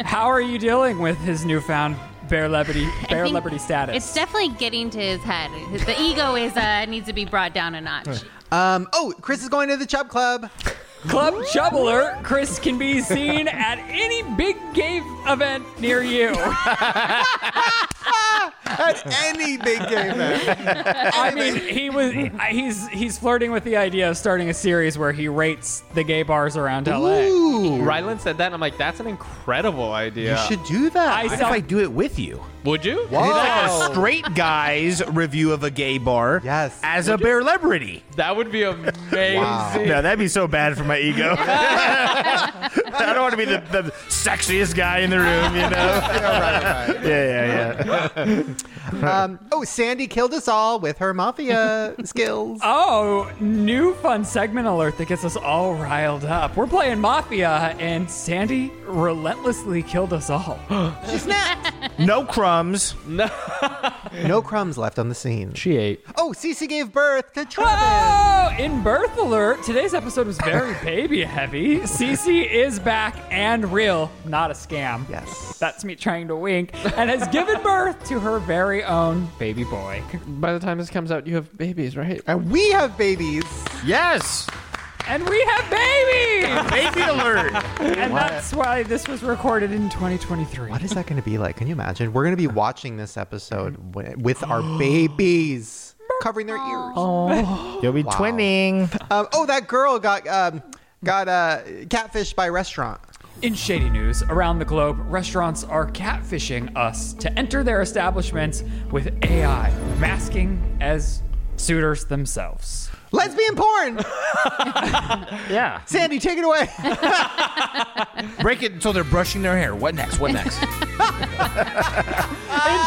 How are you dealing with his newfound Bear Leberty, I Bear think Leberty status? It's definitely getting to his head. The ego is uh, needs to be brought down a notch. Um, oh, Chris is going to the Chub Club. Club Chubbler, Chris can be seen at any big gay event near you. At any big game event. I mean, he was he's he's flirting with the idea of starting a series where he rates the gay bars around LA. Ooh, Rylan said that, and I'm like, that's an incredible idea. you should do that. I If saw- I do it with you. Oh. Would you? It's like a straight guy's review of a gay bar Yes. as a bear celebrity. That would be amazing. No, that'd be so bad for my ego. I don't want to be the, the sexiest guy in the room, you know? Yeah, yeah, yeah. Um, oh, Sandy killed us all with her mafia skills. Oh, new fun segment alert that gets us all riled up. We're playing Mafia, and Sandy relentlessly killed us all. No crumbs. No crumbs left on the scene. She ate. Oh, Cece gave birth to Travis. Oh, in birth alert, today's episode was very baby heavy. Cece is back and real, not a scam. Yes. That's me trying to wink, and has given birth to her very own baby boy. By the time this comes out, you have babies, right? And we have babies. Yes. And we have babies! Baby alert. and that's why this was recorded in 2023. What is that going to be like? Can you imagine? We're going to be watching this episode wi- with our babies covering their ears. You'll be twinning. Um, oh, that girl got um, got uh, catfished by a restaurant. In shady news, around the globe, restaurants are catfishing us to enter their establishments with AI, masking as suitors themselves. Lesbian porn. Yeah. Sandy, take it away. Break it until they're brushing their hair. What next? What next? In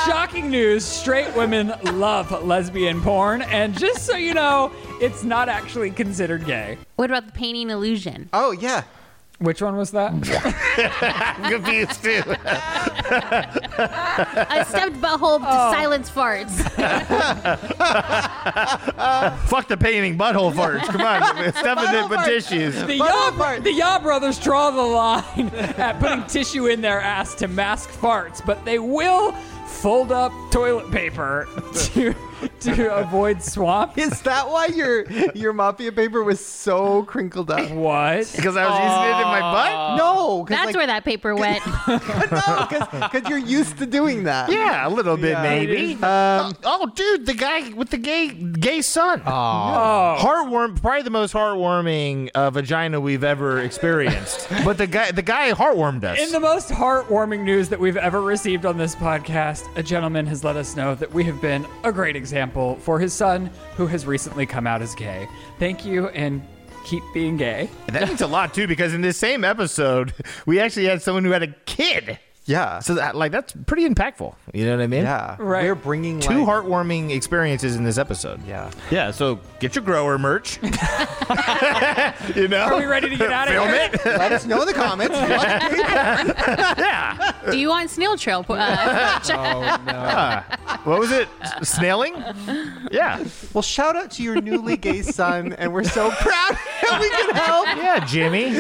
shocking news, straight women love lesbian porn, and just so you know, it's not actually considered gay. What about the painting illusion? oh yeah. Which one was that? I'm confused too. A stuffed butthole to silence farts. Fuck the painting butthole farts. Come on. Stuff it with tissues. The Yaw, the Yaw brothers draw the line at putting tissue in their ass to mask farts, but they will fold up toilet paper to to avoid swamp. Is that why your your mafia paper was so crinkled up? What? Because I was using it in my butt? No, 'cause, That's like, where that paper went. no, because you're used to doing that. Yeah, a little bit maybe. Um, Oh, dude, the guy with the gay gay son. Oh. Heartwarm, probably the most heartwarming uh, vagina we've ever experienced. but the guy, the guy heartwarmed us. In the most heartwarming news that we've ever received on this podcast, a gentleman has let us know that we have been a great example for his son who has recently come out as gay. Thank you and keep being gay. that means a lot too, because in this same episode, we actually had someone who had a kid. yeah. So that, like, that's pretty impactful. You know what I mean? yeah. Right. We're bringing Two like, heartwarming experiences in this episode. Yeah. Yeah. So get your grower merch. you know. Are we ready to get out of Film here? it. Let us know in the comments. What people- Do you want snail trail? po- Uh, What was it? Snailing? Yeah. well, shout out to your newly gay son, and we're so proud. we can help. Yeah, Jimmy.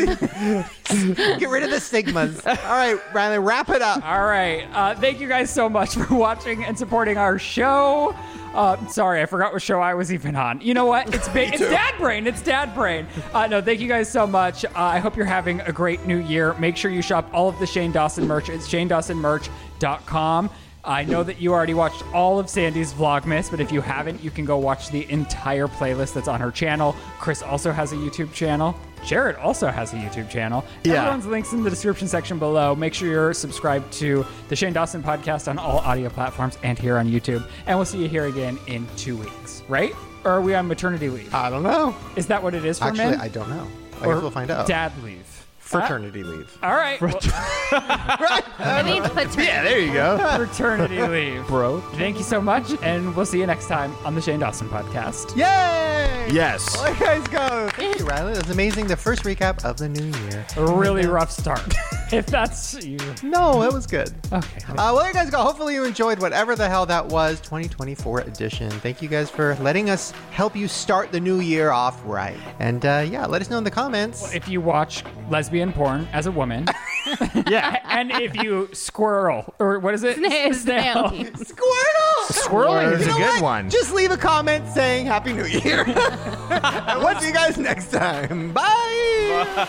Get rid of the stigmas. All right, Riley, wrap it up. All right. Uh, thank you guys so much for watching and supporting our show. Uh, sorry, I forgot what show I was even on. You know what? It's big. it's Dad Brain. It's Dad Brain. Uh, no, thank you guys so much. Uh, I hope you're having a great new year. Make sure you shop all of the Shane Dawson merch. It's shanedawsonmerch.com. I know that you already watched all of Sandy's Vlogmas, but if you haven't, you can go watch the entire playlist that's on her channel. Chris also has a YouTube channel. Jared also has a YouTube channel. Yeah. Everyone's links in the description section below. Make sure you're subscribed to the Shane Dawson podcast on all audio platforms and here on YouTube. And we'll see you here again in two weeks, right? Or are we on maternity leave? I don't know. Is that what it is for Uh, Actually, men? I don't know. I Or guess we'll find out. Dad leave. Fraternity leave. All right. well, I mean, put Yeah, there you go. fraternity leave. Bro. Thank you so much, and we'll see you next time on the Shane Dawson podcast. Yay! Yes. Well, you guys go. Thank you, Riley. That's amazing. The first recap of the new year. A really rough start. if that's you. No, it was good. Okay. Uh, well, you guys go. Hopefully, you enjoyed whatever the hell that was, 2024 edition. Thank you guys for letting us help you start the new year off right. And uh, yeah, let us know in the comments. If you watch lesbian porn as a woman, Yeah. and if you squirrel, or what is it? Snail. Squirtle! Swirling is You a know good what? one. Just leave a comment saying Happy New Year. and we'll see you guys next time. Bye.